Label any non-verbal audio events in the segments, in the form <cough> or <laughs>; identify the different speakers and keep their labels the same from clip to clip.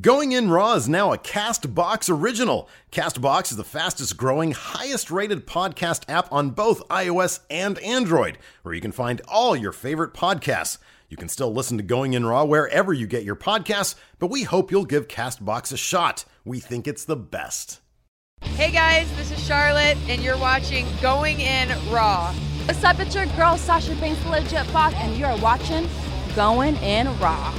Speaker 1: Going In Raw is now a Castbox original. Castbox is the fastest growing, highest rated podcast app on both iOS and Android, where you can find all your favorite podcasts. You can still listen to Going In Raw wherever you get your podcasts, but we hope you'll give Castbox a shot. We think it's the best.
Speaker 2: Hey guys, this is Charlotte, and you're watching Going In Raw.
Speaker 3: What's up? It's your girl Sasha Banks, legit boss, and you're watching Going In Raw.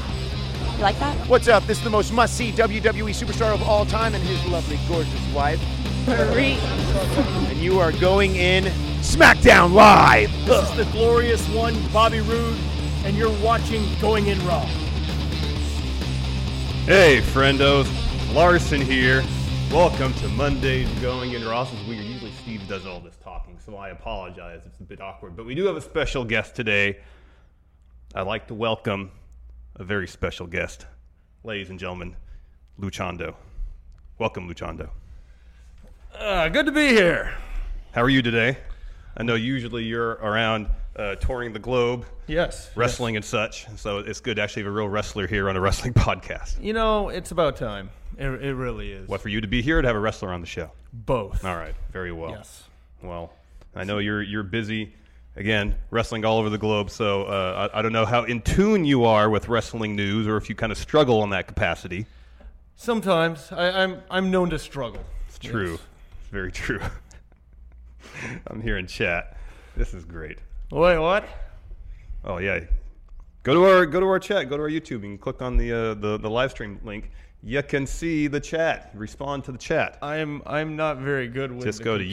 Speaker 3: You like that?
Speaker 4: What's up? This is the most must see WWE E superstar of all time and his lovely, gorgeous wife, Marie. and you are going in SmackDown Live.
Speaker 5: This is the glorious one, Bobby Roode, and you're watching Going In Raw.
Speaker 6: Hey, friendos. Larson here. Welcome to Monday's Going In Raw. Since we are usually Steve does all this talking, so I apologize. It's a bit awkward, but we do have a special guest today. I'd like to welcome a very special guest, ladies and gentlemen, Luchando. Welcome, Luchando.
Speaker 7: Uh, good to be here.
Speaker 6: How are you today? I know usually you're around uh, touring the globe,
Speaker 7: yes,
Speaker 6: wrestling
Speaker 7: yes.
Speaker 6: and such. So it's good to actually have a real wrestler here on a wrestling <laughs> podcast.
Speaker 7: You know, it's about time. It, it really is.
Speaker 6: What for you to be here to have a wrestler on the show?
Speaker 7: Both.
Speaker 6: All right. Very well.
Speaker 7: Yes.
Speaker 6: Well, I know you're you're busy again, wrestling all over the globe. So uh, I, I, don't know how in tune you are with wrestling news, or if you kind of struggle in that capacity.
Speaker 7: Sometimes I, am I'm, I'm known to struggle.
Speaker 6: It's true. Yes. It's very true. <laughs> I'm here in chat. This is great.
Speaker 7: Wait, what?
Speaker 6: Oh yeah. Go to our go to our chat. Go to our YouTube and click on the uh, the the live stream link. You can see the chat. Respond to the chat.
Speaker 7: I'm I'm not very good with.
Speaker 6: Just go to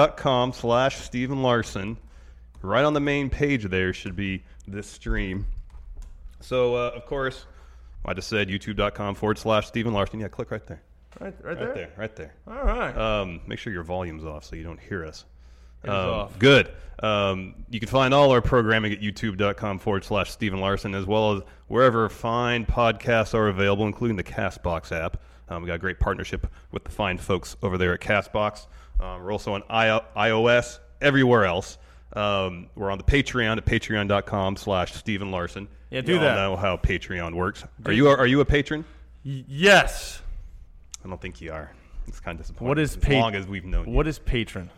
Speaker 6: YouTube.com/slash Stephen Larson right on the main page there should be this stream. So, uh, of course, I just said youtube.com forward slash Stephen Larson. Yeah, click right there.
Speaker 7: Right, right, right there?
Speaker 6: there? Right there.
Speaker 7: All right.
Speaker 6: Um, make sure your volume's off so you don't hear us.
Speaker 7: Um, off.
Speaker 6: Good. Um, you can find all our programming at youtube.com forward slash Stephen Larson, as well as wherever fine podcasts are available, including the Castbox app. Um, we got a great partnership with the fine folks over there at Castbox. Um, we're also on I- iOS, everywhere else. Um, we're on the Patreon at patreon.com slash Stephen Larson.
Speaker 7: Yeah, do you that.
Speaker 6: know how Patreon works. Are you are you a patron?
Speaker 7: Y- yes.
Speaker 6: I don't think you are. It's kind of disappointing.
Speaker 7: What is
Speaker 6: as
Speaker 7: pa-
Speaker 6: long as we've known.
Speaker 7: What is patron?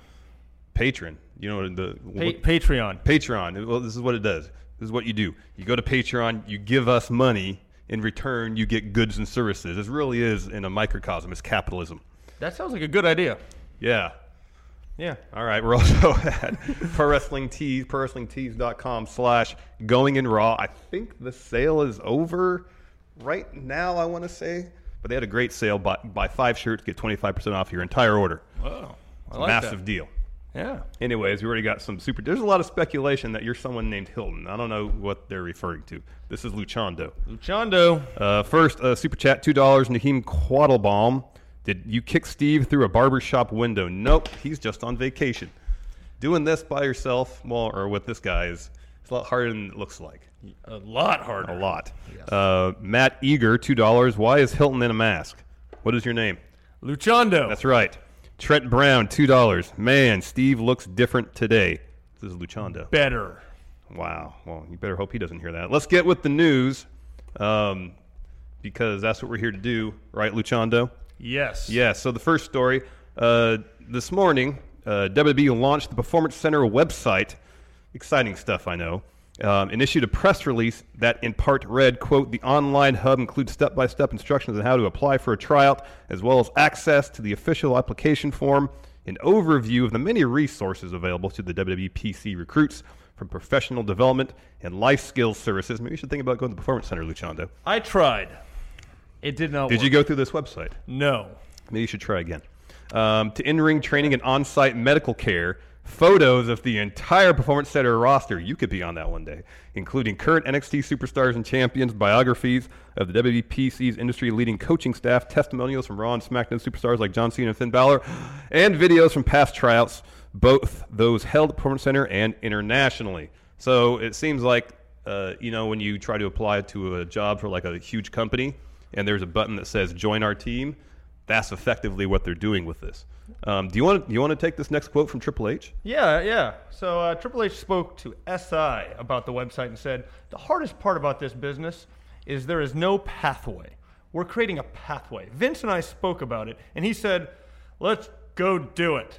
Speaker 6: Patron. You know the
Speaker 7: pa- what, Patreon.
Speaker 6: Patreon. Well, this is what it does. This is what you do. You go to Patreon. You give us money. In return, you get goods and services. This really is in a microcosm. It's capitalism.
Speaker 7: That sounds like a good idea.
Speaker 6: Yeah.
Speaker 7: Yeah.
Speaker 6: All right. We're also <laughs> at Pro Wrestling Tees, ProWrestlingTees.com slash Going In Raw. I think the sale is over right now, I want to say. But they had a great sale. Buy, buy five shirts, get 25% off your entire order.
Speaker 7: Wow.
Speaker 6: I like massive that. deal.
Speaker 7: Yeah.
Speaker 6: Anyways, we already got some super. There's a lot of speculation that you're someone named Hilton. I don't know what they're referring to. This is Luchando.
Speaker 7: Luchando.
Speaker 6: Uh, first, uh, super chat $2, Naheem Quattlebaum. Did you kick Steve through a barbershop window? Nope, he's just on vacation. Doing this by yourself, well, or with this guy is it's a lot harder than it looks like.
Speaker 7: A lot harder.
Speaker 6: A lot. Yes. Uh, Matt Eager, two dollars. Why is Hilton in a mask? What is your name?
Speaker 7: Luchando.
Speaker 6: That's right. Trent Brown, two dollars. Man, Steve looks different today. This is Luchando.
Speaker 7: Better.
Speaker 6: Wow. Well, you better hope he doesn't hear that. Let's get with the news, um, because that's what we're here to do, right, Luchando?
Speaker 7: Yes.
Speaker 6: Yeah. So the first story uh, this morning, uh, WWE launched the Performance Center website. Exciting stuff, I know. Um, and issued a press release that in part read, quote, the online hub includes step-by-step instructions on how to apply for a tryout, as well as access to the official application form, an overview of the many resources available to the WWE PC recruits from professional development and life skills services. Maybe you should think about going to the Performance Center, Luchando.
Speaker 7: I tried. It did not
Speaker 6: Did
Speaker 7: work.
Speaker 6: you go through this website?
Speaker 7: No.
Speaker 6: Maybe you should try again. Um, to in ring training and on site medical care photos of the entire Performance Center roster. You could be on that one day, including current NXT superstars and champions, biographies of the WPC's industry leading coaching staff, testimonials from Raw and SmackDown superstars like John Cena and Finn Balor, and videos from past tryouts, both those held at Performance Center and internationally. So it seems like, uh, you know, when you try to apply to a job for like a huge company and there's a button that says join our team, that's effectively what they're doing with this. Um, do you want do you want to take this next quote from Triple H?
Speaker 8: Yeah, yeah. So uh, Triple H spoke to SI about the website and said, The hardest part about this business is there is no pathway. We're creating a pathway. Vince and I spoke about it, and he said, Let's go do it.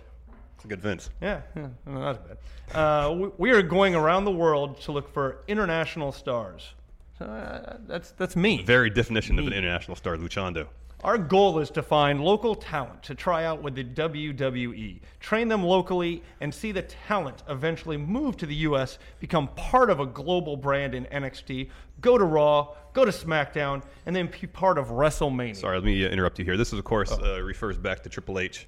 Speaker 6: It's a good Vince.
Speaker 8: Yeah, yeah no, that's bad. Uh, we, we are going around the world to look for international stars. So, uh, that's, that's me.
Speaker 6: Very definition of an international star, Luchando.
Speaker 8: Our goal is to find local talent to try out with the WWE, train them locally, and see the talent eventually move to the US, become part of a global brand in NXT, go to Raw, go to SmackDown, and then be part of WrestleMania.
Speaker 6: Sorry, let me uh, interrupt you here. This is, of course, uh, refers back to Triple H.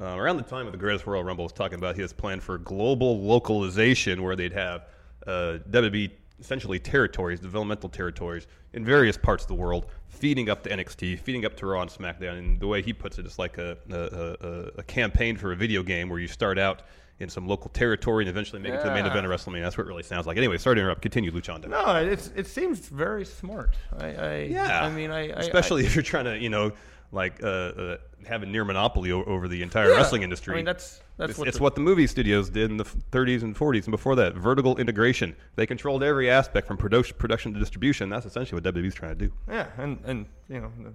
Speaker 6: Uh, around the time of the Greatest Royal Rumble, was talking about his plan for global localization, where they'd have uh, WWE essentially territories, developmental territories in various parts of the world, feeding up to NXT, feeding up to Raw and SmackDown. And the way he puts it, it's like a, a, a, a campaign for a video game where you start out in some local territory and eventually make it to the main
Speaker 8: Yeah.
Speaker 6: event of WrestleMania. That's what it really sounds like. Anyway, sorry to interrupt. Continue, Luchando.
Speaker 8: No, it's, it seems very smart. I, I
Speaker 6: Yeah,
Speaker 8: I mean, I I-
Speaker 6: especially
Speaker 8: I-
Speaker 6: if you're trying to, you know, like uh, uh, have a near monopoly o- over the entire
Speaker 8: Yeah.
Speaker 6: wrestling industry.
Speaker 8: I mean, that's- that's
Speaker 6: it's,
Speaker 8: what
Speaker 6: it's
Speaker 8: the-
Speaker 6: what the movie studios did in the f- 30s and 40s, and before that, vertical integration. They controlled every aspect from production production to distribution. That's essentially what WWE's trying to do.
Speaker 8: yeah, and and you know, the-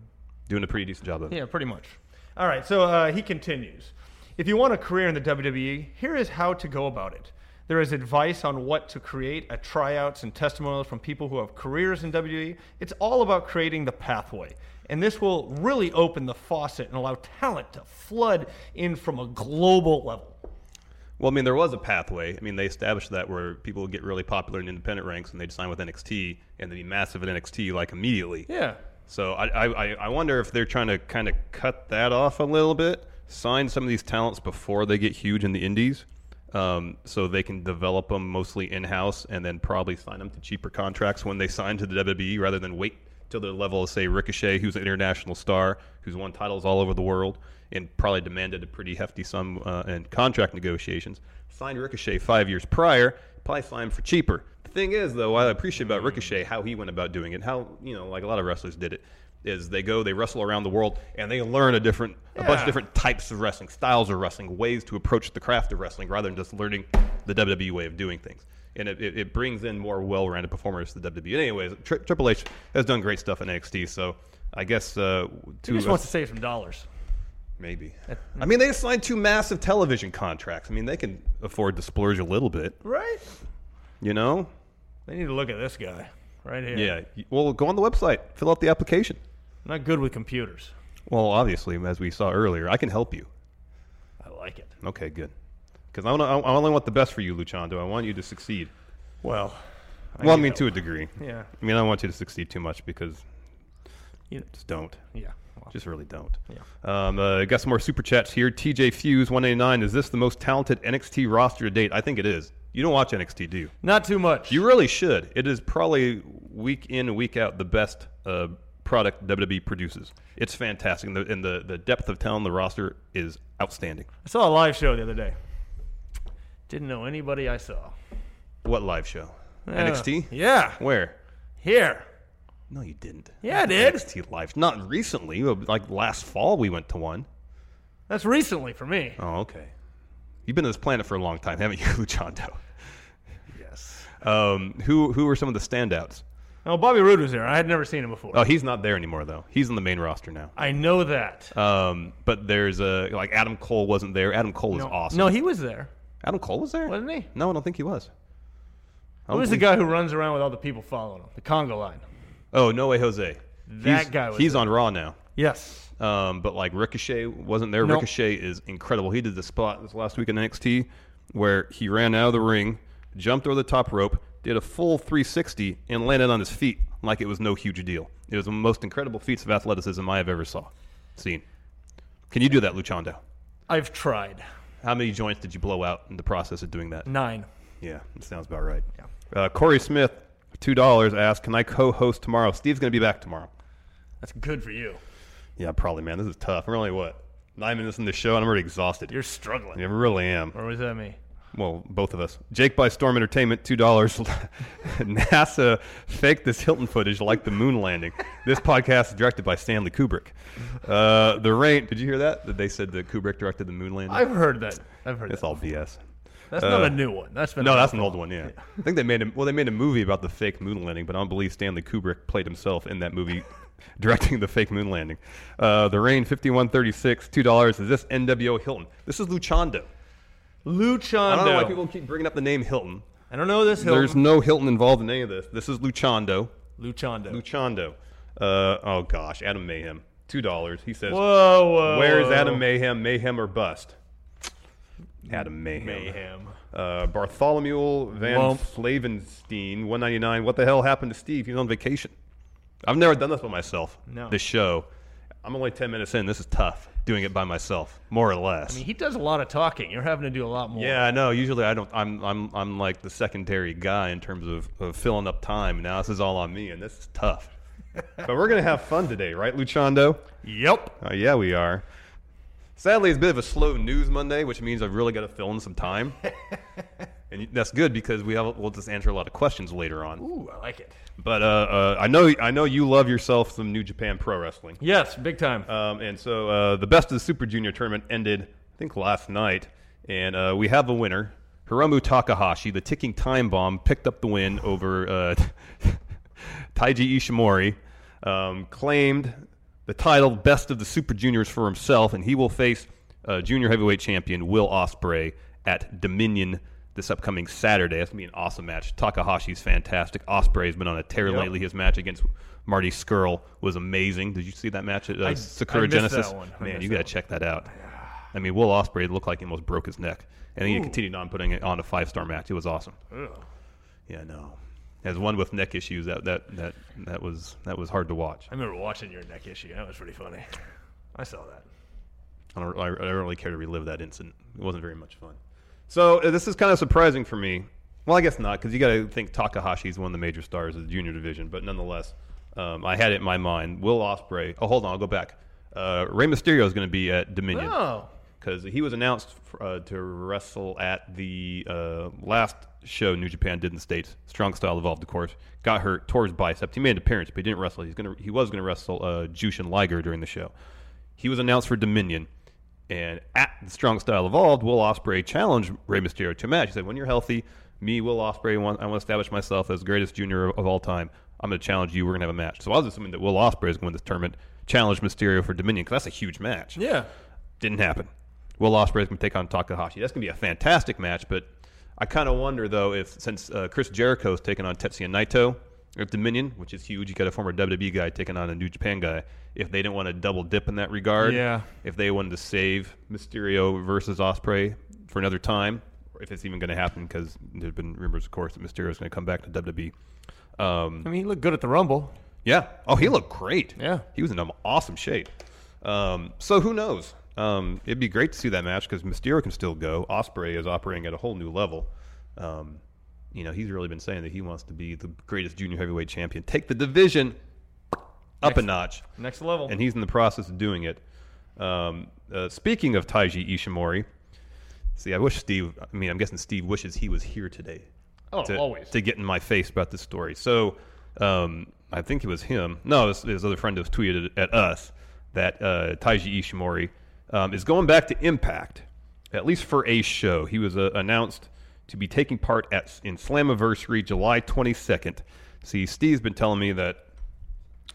Speaker 6: Doing a pretty decent job of it.
Speaker 8: Yeah, pretty much. All right, so uh, he continues. If you want a career in the WWE, here is how to go about it. There is advice on what to create at tryouts and testimonials from people who have careers in WWE. It's all about creating the pathway. And this will really open the faucet and allow talent to flood in from a global level.
Speaker 6: Well, I mean, there was a pathway. I mean, they established that where people would get really popular in independent ranks and they'd sign with NXT and they'd be massive at NXT like immediately.
Speaker 8: Yeah.
Speaker 6: So I, I, I- I wonder if they're trying to kind of cut that off a little bit, sign some of these talents before they get huge in the indies. Um, so they can develop them mostly in house and then probably sign them to cheaper contracts when they sign to the WWE rather than wait till they're level of, say, Ricochet, who's an international star, who's won titles all over the world and probably demanded a pretty hefty sum uh, in contract negotiations. Signed Ricochet five years prior, probably signed for cheaper. The thing is, though, what I appreciate about Ricochet, how he went about doing it, how, you know, like a lot of wrestlers did it, is they go, they wrestle around the world, and they learn a different, a bunch
Speaker 8: Yeah.
Speaker 6: of different types of wrestling, styles of wrestling, ways to approach the craft of wrestling rather than just learning the WWE way of doing things. And it, it, it brings in more well rounded performers to the WWE. Anyways, tri- Triple H has done great stuff in NXT, so I guess uh,
Speaker 7: He
Speaker 6: to
Speaker 7: just
Speaker 6: us-
Speaker 7: wants to save some dollars.
Speaker 6: Maybe. I mean, they signed two massive television contracts. I mean, they can afford to splurge a little bit,
Speaker 8: Right?
Speaker 6: you know?
Speaker 8: They need to look at this guy right here.
Speaker 6: Yeah. Y- Well, go on the website, fill out the application.
Speaker 8: Not good with computers.
Speaker 6: Well, obviously, as we saw earlier, I can help you.
Speaker 8: I like it.
Speaker 6: Okay, good. Because I, wanna- I I only want the best for you, Luchando. I want you to succeed.
Speaker 8: Well, I
Speaker 6: well, I
Speaker 8: need
Speaker 6: mean,
Speaker 8: help.
Speaker 6: to a degree.
Speaker 8: Yeah.
Speaker 6: I mean, I don't want you to succeed too much because
Speaker 8: You-
Speaker 6: just don't.
Speaker 8: Yeah,
Speaker 6: just really don't. Yeah. Um, uh, got some more super chats here. TJ Fuse one eighty nine. Is this the most talented NXT roster to date? I think it is. You don't watch NXT, do you?
Speaker 8: Not too much.
Speaker 6: You really should. It is probably week in week out the best uh, product WWE produces. It's fantastic, and the, and the the depth of talent on the roster is outstanding.
Speaker 8: I saw a live show the other day. Didn't know anybody I saw.
Speaker 6: What live show?
Speaker 8: Yeah.
Speaker 6: NXT.
Speaker 8: Yeah.
Speaker 6: Where?
Speaker 8: Here.
Speaker 6: No, you didn't.
Speaker 8: Yeah, I did.
Speaker 6: NXT live. Not recently. but Like last fall, we went to one.
Speaker 8: That's recently for me.
Speaker 6: Oh, okay. You've been on this planet for a long time, haven't you, <laughs> Luchando? Yes. Um, who who were some of the standouts?
Speaker 8: Oh, Bobby Roode was there. I had never seen him before.
Speaker 6: Oh, he's not there anymore though. He's on the main roster now.
Speaker 8: I know that.
Speaker 6: Um, but there's a like Adam Cole wasn't there. Adam Cole is
Speaker 8: no,
Speaker 6: awesome.
Speaker 8: No, he was there.
Speaker 6: Adam Cole was there,
Speaker 8: wasn't he?
Speaker 6: No, I don't think he was. I
Speaker 8: Who
Speaker 6: don't
Speaker 8: was the
Speaker 6: believe-
Speaker 8: guy who runs around with all the people following him? The Congo line.
Speaker 6: Oh, no way, Jose.
Speaker 8: That
Speaker 6: he's,
Speaker 8: guy was
Speaker 6: he's
Speaker 8: there.
Speaker 6: on Raw now.
Speaker 8: Yes.
Speaker 6: Um, but like Ricochet wasn't there.
Speaker 8: Nope.
Speaker 6: Ricochet is incredible. He did the spot this last week in NXT where he ran out of the ring, jumped over the top rope, did a full 360, and landed on his feet like it was no huge deal. It was one of the most incredible feats of athleticism I have ever saw, seen. Can you do that, Luchando?
Speaker 8: I've tried.
Speaker 6: How many joints did you blow out in the process of doing that?
Speaker 8: Nine.
Speaker 6: Yeah, that sounds about right. Yeah. Uh, Corey Smith, two dollars, asked, "Can I co-host tomorrow?" Steve's going to be back tomorrow.
Speaker 8: That's good for you.
Speaker 6: Yeah, probably, man. This is tough. I'm really what nine minutes in the show, and I'm already exhausted.
Speaker 8: You're struggling.
Speaker 6: Yeah, I really am.
Speaker 8: Or was that me?
Speaker 6: Well, both of us. Jake by Storm Entertainment, two dollars. <laughs> NASA faked this Hilton footage like the moon landing. This podcast is directed by Stanley Kubrick. Uh, the rain. Did you hear that? That they said that Kubrick directed the moon landing.
Speaker 8: I've heard that. I've heard
Speaker 6: It's
Speaker 8: that.
Speaker 6: all BS.
Speaker 8: That's not a new one. That's been
Speaker 6: no,
Speaker 8: around
Speaker 6: that's
Speaker 8: for
Speaker 6: an
Speaker 8: a
Speaker 6: old one. Yeah, I think they made a, well, they made a movie about the fake moon landing, but I don't believe Stanley Kubrick played himself in that movie, <laughs> directing the fake moon landing. Uh, the rain fifty one thirty six two dollars. Is this NWO Hilton? This is Luchando.
Speaker 8: Luchando.
Speaker 6: I don't know why people keep bringing up the name Hilton.
Speaker 8: I don't know this Hilton.
Speaker 6: There's no Hilton involved in any of this. This is Luchando.
Speaker 8: Luchando.
Speaker 6: Luchando. Uh, oh gosh, Adam Mayhem. Two dollars. He says.
Speaker 8: Whoa, whoa,
Speaker 6: Where's
Speaker 8: whoa.
Speaker 6: Adam Mayhem? Mayhem or bust? Adam Mayhem. Mayhem. Uh, Bartholomew Van
Speaker 8: Womp.
Speaker 6: Flavenstein, one ninety nine. What the hell happened to Steve? He's on vacation. I've never done this by myself.
Speaker 8: No.
Speaker 6: This show. I'm only ten minutes in. This is tough. Doing it by myself, more or less.
Speaker 8: I mean, he does a lot of talking. You're having to do a lot more.
Speaker 6: Yeah, I know. Usually, I don't. I'm I'm I'm like the secondary guy in terms of, of filling up time. Now this is all on me, and this is
Speaker 8: <laughs>
Speaker 6: tough. but we're gonna have fun today, right, Luchando?
Speaker 8: Yep.
Speaker 6: Uh, yeah, we are. Sadly, it's a bit of a slow news Monday, which means I've really got to fill in some time. and that's good because we have we'll just answer a lot of questions later on.
Speaker 8: Ooh, I like it.
Speaker 6: But uh, uh, I know I know you love yourself some New Japan Pro Wrestling.
Speaker 8: Yes, big time.
Speaker 6: Um, and so uh, the best of the Super Junior tournament ended, I think, last night, and uh, we have a winner. Hiromu Takahashi, the ticking time bomb, picked up the win over uh, <laughs> Taiji Ishimori, um, claimed the title Best of the Super Juniors for himself, and he will face uh, junior heavyweight champion Will Osprey at Dominion this upcoming Saturday. That's going to be an awesome match. Takahashi's fantastic. Osprey's been on a tear
Speaker 8: Yep.
Speaker 6: lately. His match against Marty Skrull was amazing. Did you see that match at uh,
Speaker 8: I-
Speaker 6: Sakura
Speaker 8: I missed
Speaker 6: Genesis?
Speaker 8: that one. I
Speaker 6: Man,
Speaker 8: missed
Speaker 6: you got to check that out. I mean, Will Osprey looked like he almost broke his neck, and then he
Speaker 8: Ooh.
Speaker 6: continued on putting it on a five star match. It was awesome.
Speaker 8: Ugh.
Speaker 6: Yeah, no. As one with neck issues, that that that that was that was hard to watch.
Speaker 8: I remember watching your neck issue. That was pretty funny. I saw that.
Speaker 6: I don't, I I don't really care to relive that incident. It wasn't very much fun. So uh, this is kind of surprising for me. Well, I guess not because you got to think Takahashi is one of the major stars of the junior division. But nonetheless, um, I had it in my mind. Will Osprey. Oh, hold on, I'll go back. Uh, Rey Mysterio is going to be at Dominion
Speaker 8: Oh.
Speaker 6: because he was announced f- uh, to wrestle at the uh, last show New Japan did in the states. Strong Style evolved, of course. Got hurt, tore his bicep. He made an appearance, but he didn't wrestle. He's gonna he was gonna wrestle uh, Jushin Liger during the show. He was announced for Dominion, and at the Strong Style evolved, Will Osprey challenged Rey Mysterio to a match. He said, "When you're healthy, me Will Osprey, want, I want to establish myself as the greatest junior of, of all time. I'm gonna challenge you. We're gonna have a match." So I was assuming that Will Osprey is going to win this tournament, challenge Mysterio for Dominion because that's a huge match.
Speaker 8: Yeah.
Speaker 6: Didn't happen. Will Ospreay is going to take on Takahashi. That's going to be a fantastic match, but I kind of wonder, though, if since uh, Chris Jericho is taking on Tetsuya Naito at Dominion, which is huge, you got a former WWE guy taking on a New Japan guy, if they didn't want to double dip in that regard,
Speaker 8: Yeah.
Speaker 6: if they wanted to save Mysterio versus Osprey for another time, or if it's even going to happen, because there's been rumors, of course, that Mysterio is going to come back to E. WWE. Um,
Speaker 8: I mean, he looked good at the Rumble.
Speaker 6: yeah. Oh, he looked great.
Speaker 8: Yeah.
Speaker 6: He was in an awesome shape. Um, so who knows? Um, it'd be great to see that match because Mysterio can still go. Osprey is operating at a whole new level. Um, you know, he's really been saying that he wants to be the greatest junior heavyweight champion. Take the division up a notch.
Speaker 8: Next level.
Speaker 6: And he's in the process of doing it. Um, uh, speaking of Taiji Ishimori, see, I wish Steve, I mean, I'm guessing Steve wishes he was here today.
Speaker 8: Oh,
Speaker 6: to,
Speaker 8: always.
Speaker 6: To get in my face about this story. So um, I think it was him. No, it was his other friend who's tweeted at us that uh, Taiji Ishimori um, is going back to Impact, at least for a show. He was uh, announced to be taking part at in Slammiversary July 22nd. See, Steve's been telling me that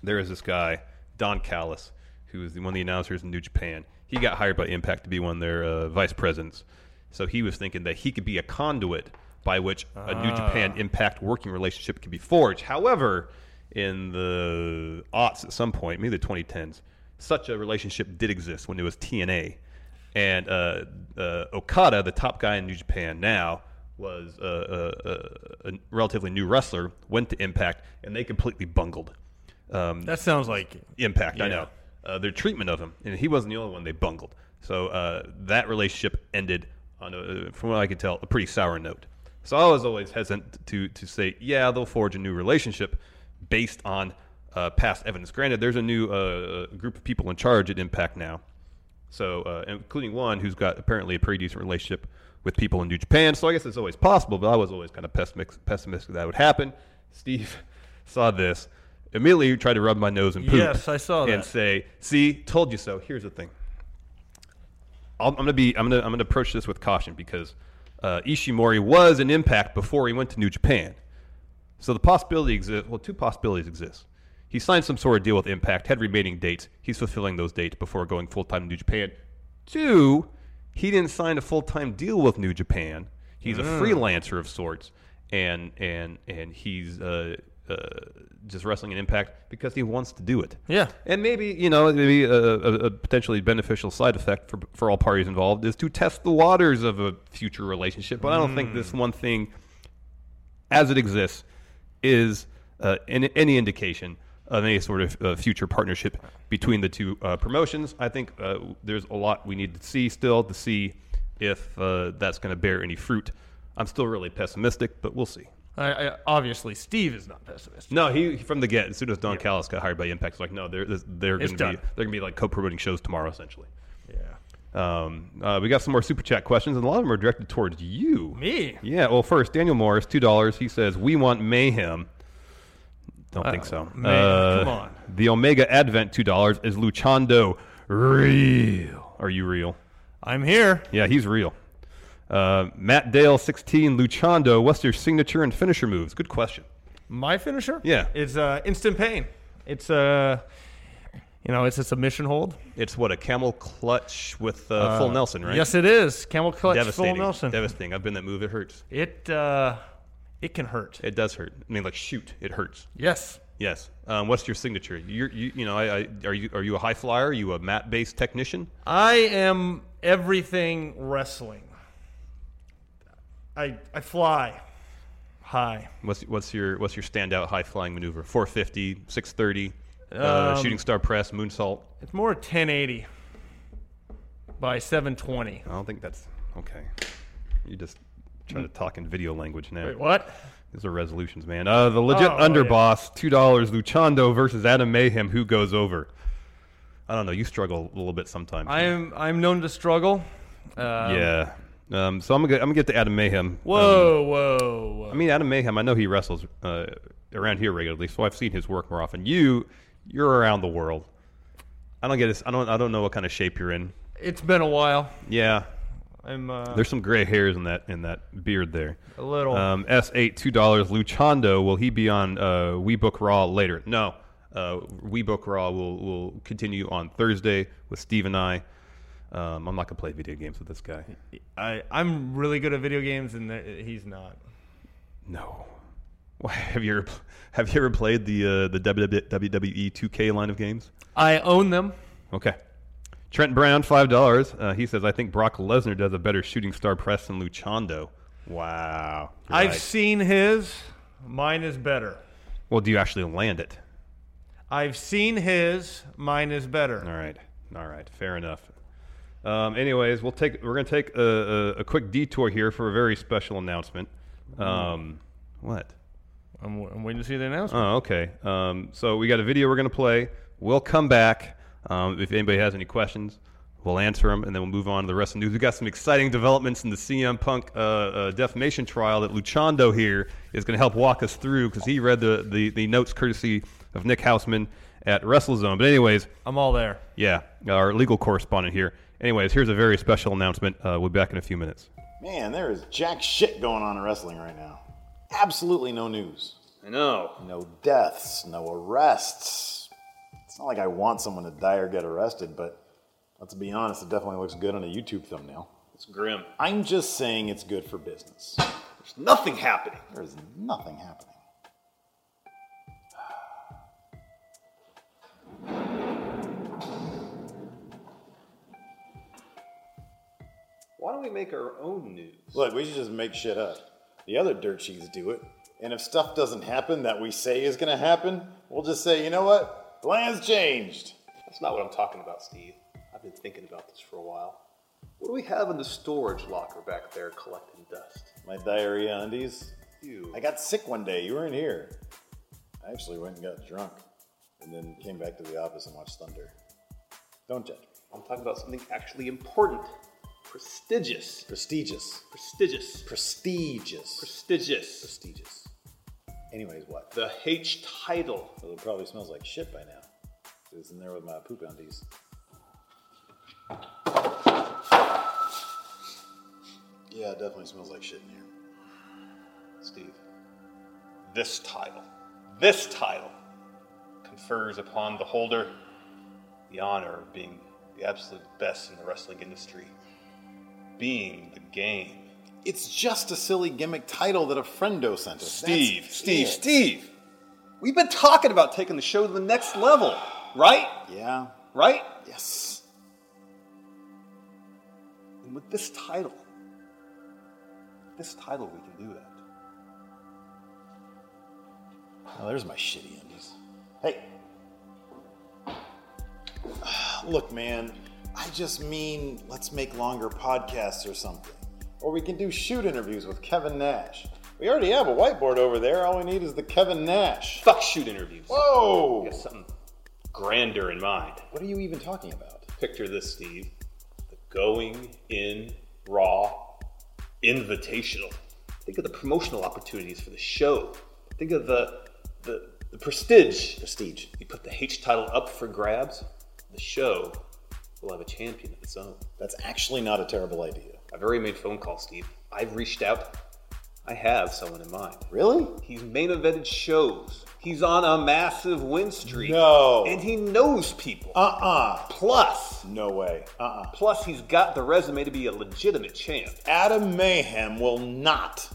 Speaker 6: there is this guy, Don Callis, who is one of the announcers in New Japan. He got hired by Impact to be one of their uh, vice presidents. So he was thinking that he could be a conduit by which a New
Speaker 8: Ah.
Speaker 6: Japan Impact working relationship could be forged. However, in the aughts at some point, maybe the 2010s, such a relationship did exist when it was TNA. And uh, uh, Okada, the top guy in New Japan now, was uh, a, a, a relatively new wrestler, went to Impact, and they completely bungled. Um,
Speaker 8: That sounds like
Speaker 6: Impact. I
Speaker 8: Yeah.
Speaker 6: know uh, their treatment of him, and he wasn't the only one they bungled. So uh, that relationship ended. on a, from what I could tell, a pretty sour note. So I was always hesitant to to say, yeah, they'll forge a new relationship based on uh, past evidence. Granted, there's a new uh, group of people in charge at Impact now, so uh, including one who's got apparently a pretty decent relationship with people in New Japan. So I guess it's always possible, but I was always kind of pessimistic, pessimistic that would happen. Steve <laughs> saw this immediately, tried to rub my nose and poop.
Speaker 7: Yes, I saw
Speaker 6: And
Speaker 7: that.
Speaker 6: say, "See, told you so." Here's the thing. I'll, I'm gonna be I'm gonna I'm gonna approach this with caution because uh, Ishimori was an impact before he went to New Japan. So the possibility exists. Well, two possibilities exist. He signed some sort of deal with Impact, had remaining dates. He's fulfilling those dates before going full time to New Japan. Two, he didn't sign a full time deal with New Japan. He's a
Speaker 7: Mm.
Speaker 6: freelancer of sorts, and and and he's uh, uh, just wrestling in Impact because he wants to do it.
Speaker 7: Yeah.
Speaker 6: And maybe you know maybe a, a, a potentially beneficial side effect for for all parties involved is to test the waters of a future relationship. But I don't think
Speaker 7: Mm.
Speaker 6: this one thing, as it exists, is uh, in, any indication of any sort of uh, future partnership between the two uh, promotions. I think uh, there's a lot we need to see still to see if uh, that's going to bear any fruit. I'm still really pessimistic, but we'll see.
Speaker 7: I, I, obviously, Steve is not pessimistic.
Speaker 6: No, he from the get. As soon as Don Callis got hired by Impact, it's like, no, they're they're
Speaker 7: It's
Speaker 6: going to be
Speaker 7: done.
Speaker 6: they're going to be like co-promoting shows tomorrow, essentially. Yeah. Um, uh, we got some more super chat questions, and a lot of them are directed towards you.
Speaker 7: Me?
Speaker 6: Yeah. Well, first, Daniel Morris, two dollars. He says, "We want mayhem." Don't
Speaker 8: Uh,
Speaker 6: think so. Uh,
Speaker 7: man, come on.
Speaker 6: The Omega Advent, two dollars. Is Luchando real? Are you real?
Speaker 7: I'm here.
Speaker 6: Yeah, he's real. Uh, Matt Dale, sixteen. Luchando, what's your signature and finisher moves? Good question.
Speaker 8: My finisher?
Speaker 6: Yeah.
Speaker 8: It's uh, instant pain. It's uh, you know, it's a submission hold.
Speaker 6: It's what a camel clutch with uh, full
Speaker 8: Uh,
Speaker 6: Nelson, right?
Speaker 8: Yes, it is camel clutch
Speaker 6: Devastating.
Speaker 8: full Nelson.
Speaker 6: Devastating. I've been that move. It hurts.
Speaker 8: It uh, it can hurt.
Speaker 6: It does hurt. I mean, like shoot, it hurts.
Speaker 8: Yes.
Speaker 6: Yes. Um, what's your signature? You're, you you know, I, I, are you are you a high flyer? Are you a mat based technician?
Speaker 8: I am everything wrestling. I I fly high.
Speaker 6: What's what's your what's your standout high flying maneuver? 450, 630, uh,
Speaker 8: Um,
Speaker 6: shooting star press, moonsault.
Speaker 8: It's more 1080 by 720.
Speaker 6: I don't think that's okay. You're just trying to talk in video language now.
Speaker 8: Wait, what?
Speaker 6: These are resolutions, man. Uh, the legit
Speaker 8: Oh,
Speaker 6: underboss, two dollars. Luchando versus Adam Mayhem. Who goes over? I don't know. You struggle a little bit sometimes.
Speaker 8: I am I'm known to struggle. Uh,
Speaker 6: yeah. Um, so I'm gonna go- I'm gonna get to Adam Mayhem.
Speaker 8: Whoa,
Speaker 6: Um,
Speaker 8: whoa, whoa.
Speaker 6: I mean, Adam Mayhem. I know he wrestles uh, around here regularly, so I've seen his work more often. You, you're around the world. I don't get this. I don't. I don't know what kind of shape you're in.
Speaker 8: It's been a while.
Speaker 6: Yeah.
Speaker 8: I'm, uh,
Speaker 6: There's some gray hairs in that in that beard there.
Speaker 8: A little.
Speaker 6: Um, S eight two dollars. Luchando will he be on uh, We Book Raw later? No. Uh, we Book Raw will will continue on Thursday with Steve and I. Um, I'm not gonna play video games with this guy.
Speaker 8: I I'm really good at video games and th- he's not.
Speaker 6: No. Why <laughs> have you ever, have you ever played the uh, the WWE 2K line of games?
Speaker 8: I own them.
Speaker 6: Okay. Trent Brown, five dollars. Uh, he says, "I think Brock Lesnar does a better shooting star press than Luchando." Wow. You're
Speaker 8: I've
Speaker 6: right.
Speaker 8: seen his. Mine is better.
Speaker 6: Well, do you actually land it?
Speaker 8: I've seen his. Mine is better.
Speaker 6: All right. All right. Fair enough. Um, anyways, we'll take we're gonna take a, a, a quick detour here for a very special announcement. Um, what?
Speaker 8: I'm, I'm waiting to see the announcement.
Speaker 6: Oh, okay. Um, so we got a video we're going to play. We'll come back. Um, if anybody has any questions, we'll answer them, and then we'll move on to the rest of the news. We've got some exciting developments in the CM Punk uh, uh, defamation trial that Luchando here is going to help walk us through because he read the, the, the notes courtesy of Nick Houseman at WrestleZone. But anyways,
Speaker 8: I'm all there.
Speaker 6: yeah, our legal correspondent here. Anyways, here's a very special announcement. Uh, we'll be back in a few minutes.
Speaker 9: Man, there is jack shit going on in wrestling right now. Absolutely no news. I know. No deaths, no arrests. It's not like I want someone to die or get arrested, but let's be honest, it definitely looks good on a YouTube thumbnail.
Speaker 10: It's grim.
Speaker 9: I'm just saying it's good for business.
Speaker 10: There's nothing happening.
Speaker 9: There's nothing happening.
Speaker 6: Why don't we make our own news?
Speaker 9: Look, we should just make shit up. The other dirt sheets do it. And if stuff doesn't happen that we say is gonna happen, we'll just say, you know what? The land's changed.
Speaker 10: That's not what I'm talking about, Steve. I've been thinking about this for a while. What do we have in the storage locker back there collecting dust?
Speaker 9: My diarrhea undies.
Speaker 10: Ew.
Speaker 9: I got sick one day. You weren't here. I actually went and got drunk, and then came back to the office and watched Thunder. Don't judge.
Speaker 10: I'm talking about something actually important. Prestigious.
Speaker 9: Prestigious.
Speaker 10: Prestigious.
Speaker 9: Prestigious.
Speaker 10: Prestigious.
Speaker 9: Prestigious. Anyways, what?
Speaker 10: The H title.
Speaker 9: Well, it probably smells like shit by now. It was in there with my poop undies. Yeah, it definitely smells like shit in here.
Speaker 10: Steve, this title, this title confers upon the holder the honor of being the absolute best in the wrestling industry, being the game.
Speaker 9: It's just a silly gimmick title that a friendo sent us.
Speaker 10: Steve,
Speaker 9: That's
Speaker 10: Steve,
Speaker 9: it.
Speaker 10: Steve, we've been talking about taking the show to the next level, right?
Speaker 9: Yeah.
Speaker 10: Right?
Speaker 9: Yes.
Speaker 10: And with this title, this title, we can do that.
Speaker 9: Oh, there's my shitty undies. Hey. Look, man, I just mean let's make longer podcasts or something. Or we can do shoot interviews with Kevin Nash. We already have a whiteboard over there. All we need is the Kevin Nash. Oh!
Speaker 10: Fuck shoot interviews.
Speaker 9: Whoa!
Speaker 10: I got something grander in mind.
Speaker 9: What are you even talking about?
Speaker 10: Picture this, Steve. The going in raw invitational. Think of the promotional opportunities for the show. Think of the the, the prestige.
Speaker 9: Prestige.
Speaker 10: You put the H title up for grabs, the show will have a champion of its own.
Speaker 9: That's actually not a terrible idea.
Speaker 10: I've already made phone calls, Steve. I've reached out. I have someone in mind.
Speaker 9: Really?
Speaker 10: He's main evented shows. He's on a massive win streak.
Speaker 9: No.
Speaker 10: And he knows people.
Speaker 9: Uh uh
Speaker 10: Plus,
Speaker 9: No way. Uh uh
Speaker 10: plus he's got the resume to be a legitimate champ.
Speaker 9: Adam Mayhem will not,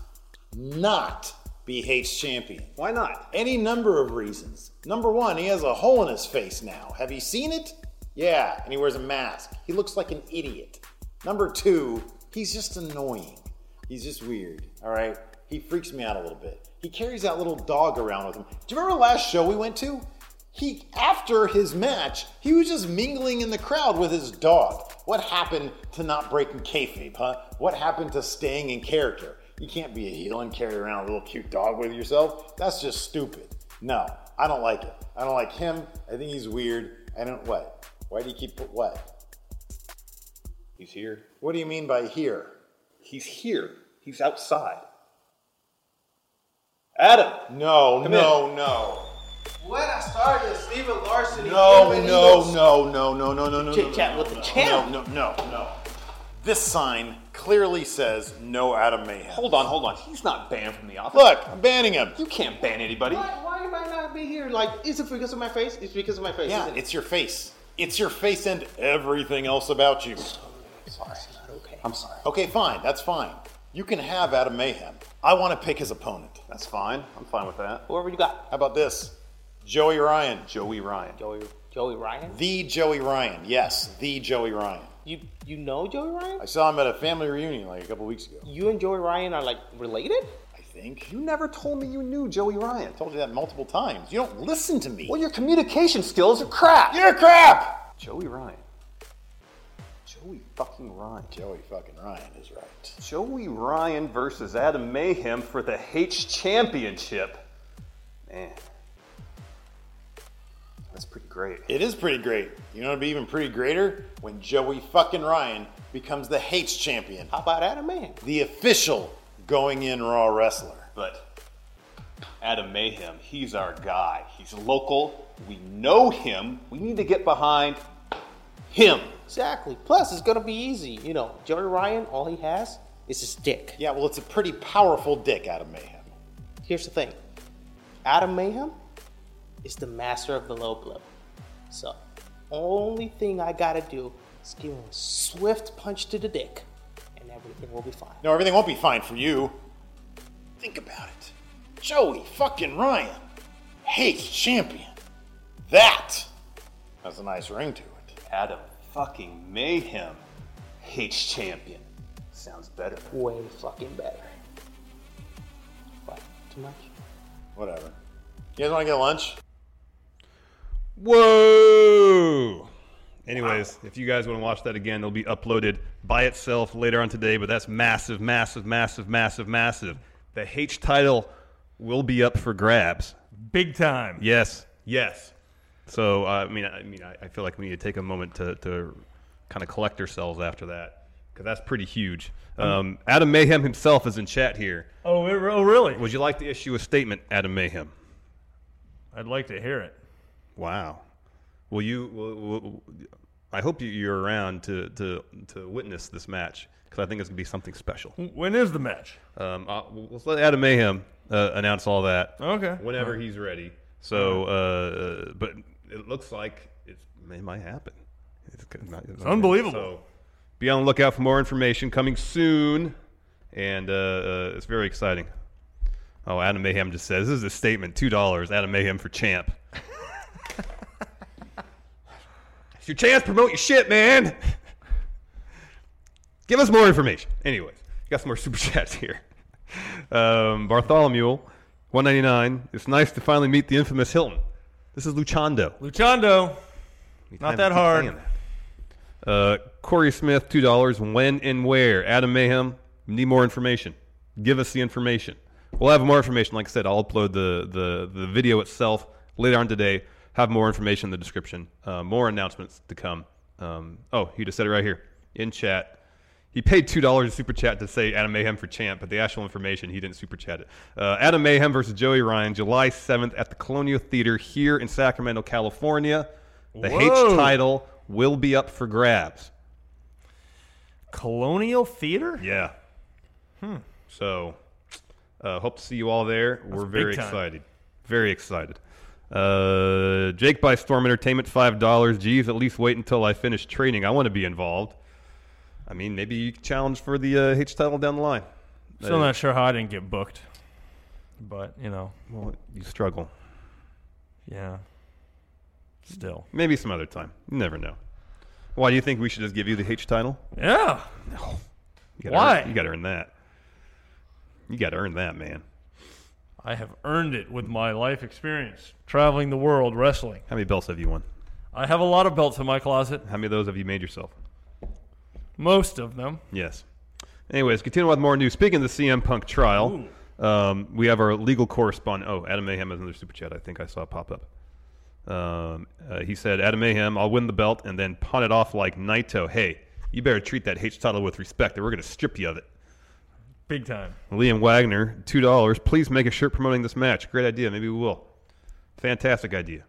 Speaker 9: not be Hate's champion.
Speaker 10: Why not?
Speaker 9: Any number of reasons. Number one, he has a hole in his face now. Have you seen it? Yeah, and he wears a mask. He looks like an idiot. Number two, he's just annoying. He's just weird, all right? He freaks me out a little bit. He carries that little dog around with him. Do you remember last show we went to? He, after his match, he was just mingling in the crowd with his dog. What happened to not breaking kayfabe, huh? What happened to staying in character? You can't be a heel and carry around a little cute dog with yourself. That's just stupid. No, I don't like it. I don't like him. I think he's weird. I don't what? Why do you keep what?
Speaker 10: He's here.
Speaker 9: What do you mean by here?
Speaker 10: He's here. He's outside. Adam.
Speaker 9: No,
Speaker 10: Come
Speaker 9: no, no.
Speaker 11: When I started Steven Larson,
Speaker 9: No, no, no, no, no, no, no, no.
Speaker 11: Chit
Speaker 9: no,
Speaker 11: chat
Speaker 9: no,
Speaker 11: with
Speaker 9: no,
Speaker 11: the
Speaker 9: no,
Speaker 11: champ.
Speaker 9: No, no, no, no. This sign clearly says no Adam Mayhem.
Speaker 10: Hold on, hold on. He's not banned from the office.
Speaker 9: Look, I'm banning him.
Speaker 10: You can't ban anybody.
Speaker 11: Why, why am I not be here? Like, is it because of my face? It's because of my face.
Speaker 9: Yeah,
Speaker 11: isn't it?
Speaker 9: it's your face. It's your face and everything else about you.
Speaker 11: sorry. It's not okay.
Speaker 10: I'm sorry.
Speaker 9: Okay, fine. That's fine. You can have Adam Mayhem. I want to pick his opponent. That's fine. I'm fine with that.
Speaker 11: Whoever you got,
Speaker 9: How about this? Joey Ryan.
Speaker 10: Joey Ryan.
Speaker 11: Joey, Joey Ryan.
Speaker 9: The Joey Ryan. Yes, the Joey Ryan.
Speaker 11: You you know Joey Ryan?
Speaker 9: I saw him at a family reunion like a couple weeks ago.
Speaker 11: You and Joey Ryan are like related?
Speaker 9: I think.
Speaker 10: You never told me you knew Joey Ryan.
Speaker 9: I told you that multiple times. You don't listen to me.
Speaker 10: Well, your communication skills are crap.
Speaker 9: You're crap!
Speaker 10: Joey Ryan. Joey fucking Ryan.
Speaker 9: Joey fucking Ryan is right.
Speaker 10: Joey Ryan versus Adam Mayhem for the H Championship. Man. That's pretty great.
Speaker 9: It is pretty great. You know what'd be even pretty greater? When Joey fucking Ryan becomes the Hates champion.
Speaker 11: How about Adam Man?
Speaker 9: The official going in Raw wrestler.
Speaker 10: But Adam Mayhem, he's our guy. He's local. We know him. We need to get behind him.
Speaker 11: Exactly. Plus, it's gonna be easy. You know, Joey Ryan, all he has is his dick.
Speaker 9: Yeah, well, it's a pretty powerful dick out of Mayhem.
Speaker 11: Here's the thing Adam Mayhem is the master of the low blow. So, only thing I gotta do is give him a swift punch to the dick, and everything will be fine.
Speaker 9: No, everything won't be fine for you. Think about it. Joey fucking Ryan, Hates champion. That has a nice ring to it.
Speaker 10: Adam fucking Mayhem, H Champion. Sounds better.
Speaker 11: Way fucking better. What? Too much?
Speaker 9: Whatever. You guys want to get lunch?
Speaker 6: Whoa! Anyways, if you guys want to watch that again, it'll be uploaded by itself later on today. But that's massive, massive, massive, massive, massive. The H title will be up for grabs.
Speaker 8: Big time.
Speaker 6: Yes, yes. So uh, I mean, I I mean, I, I feel like we need to take a moment to, to kind of collect ourselves after that because that's pretty huge. Um, Adam Mayhem himself is in chat here.
Speaker 8: Oh, it- oh, really?
Speaker 6: Would you like to issue a statement, Adam Mayhem?
Speaker 8: I'd like to hear it.
Speaker 6: Wow. Will you? Will, will, I hope you- you're around to to to witness this match because I think it's gonna be something special.
Speaker 8: When is the match?
Speaker 6: Um, i let's let Adam Mayhem uh, announce all that.
Speaker 8: Okay.
Speaker 6: Whenever he's ready. So, uh, but it looks like it's, it might happen. It's, c- not, it's not-
Speaker 8: unbelievable.
Speaker 6: So, be on the lookout for more information coming soon, and uh, uh, it's very exciting. Oh, Adam Mayhem just says this is a statement: two dollars. Adam Mayhem for champ. <laughs> it's your chance. Promote your shit, man. <laughs> Give us more information. Anyways, got some more super <laughs> chats here. Um, Bartholomew, 199. It's nice to finally meet the infamous Hilton. This is Luchando.
Speaker 8: Luchando. Not
Speaker 6: time
Speaker 8: that
Speaker 6: to keep
Speaker 8: hard.
Speaker 6: saying Uh, Corey Smith, two dollars. When and where? Adam Mayhem. Need more information. Give us the information. We'll have more information. Like I said, I'll upload the the the video itself later on today. Have more information in the description. Uh, more announcements to come. Um, oh, he just said it right here in chat. He paid two dollars super chat to say Adam Mayhem for champ, but the actual information he didn't super chat it. Uh, Adam Mayhem versus Joey Ryan, July seventh at the Colonial Theater here in Sacramento, California. The H
Speaker 8: Whoa.
Speaker 6: title will be up for grabs.
Speaker 8: Colonial Theater?
Speaker 6: Yeah.
Speaker 8: Hmm.
Speaker 6: So, uh, hope to see you all there. We're
Speaker 8: big
Speaker 6: very
Speaker 8: time.
Speaker 6: excited. Very excited. Uh, Jake by Storm Entertainment, five dollars. Geez, at least wait until I finish training. I want to be involved. I mean, maybe you can challenge for the uh, H title down the line.
Speaker 8: Still not sure how I didn't get booked. But, you know.
Speaker 6: Well, you struggle.
Speaker 8: Yeah. Still.
Speaker 6: Maybe some other time. You never know. Why do you think we should just give you the H title?
Speaker 8: Yeah.
Speaker 6: No. You gotta
Speaker 8: Why?
Speaker 6: Earn, you got to earn that. You got to earn that, man.
Speaker 8: I have earned it with my life experience traveling the world wrestling.
Speaker 6: How many belts have you won?
Speaker 8: I have a lot of belts in my closet,
Speaker 6: How many of those have you made yourself?
Speaker 8: most of them.
Speaker 6: Yes. Anyways, continuing with more news. Speaking of the CM Punk trial, um, we have our legal correspondent. Oh, Adam Mayhem has another super chat. I think I saw pop up. Um, uh, he said, Adam Mayhem, I'll win the belt and then pawn it off like Naito. Hey, you better treat that H title with respect or we're going to strip you of it.
Speaker 8: Big time.
Speaker 6: Liam Wagner, two dollars. Please make a shirt promoting this match. Great idea. Maybe we will. Fantastic idea.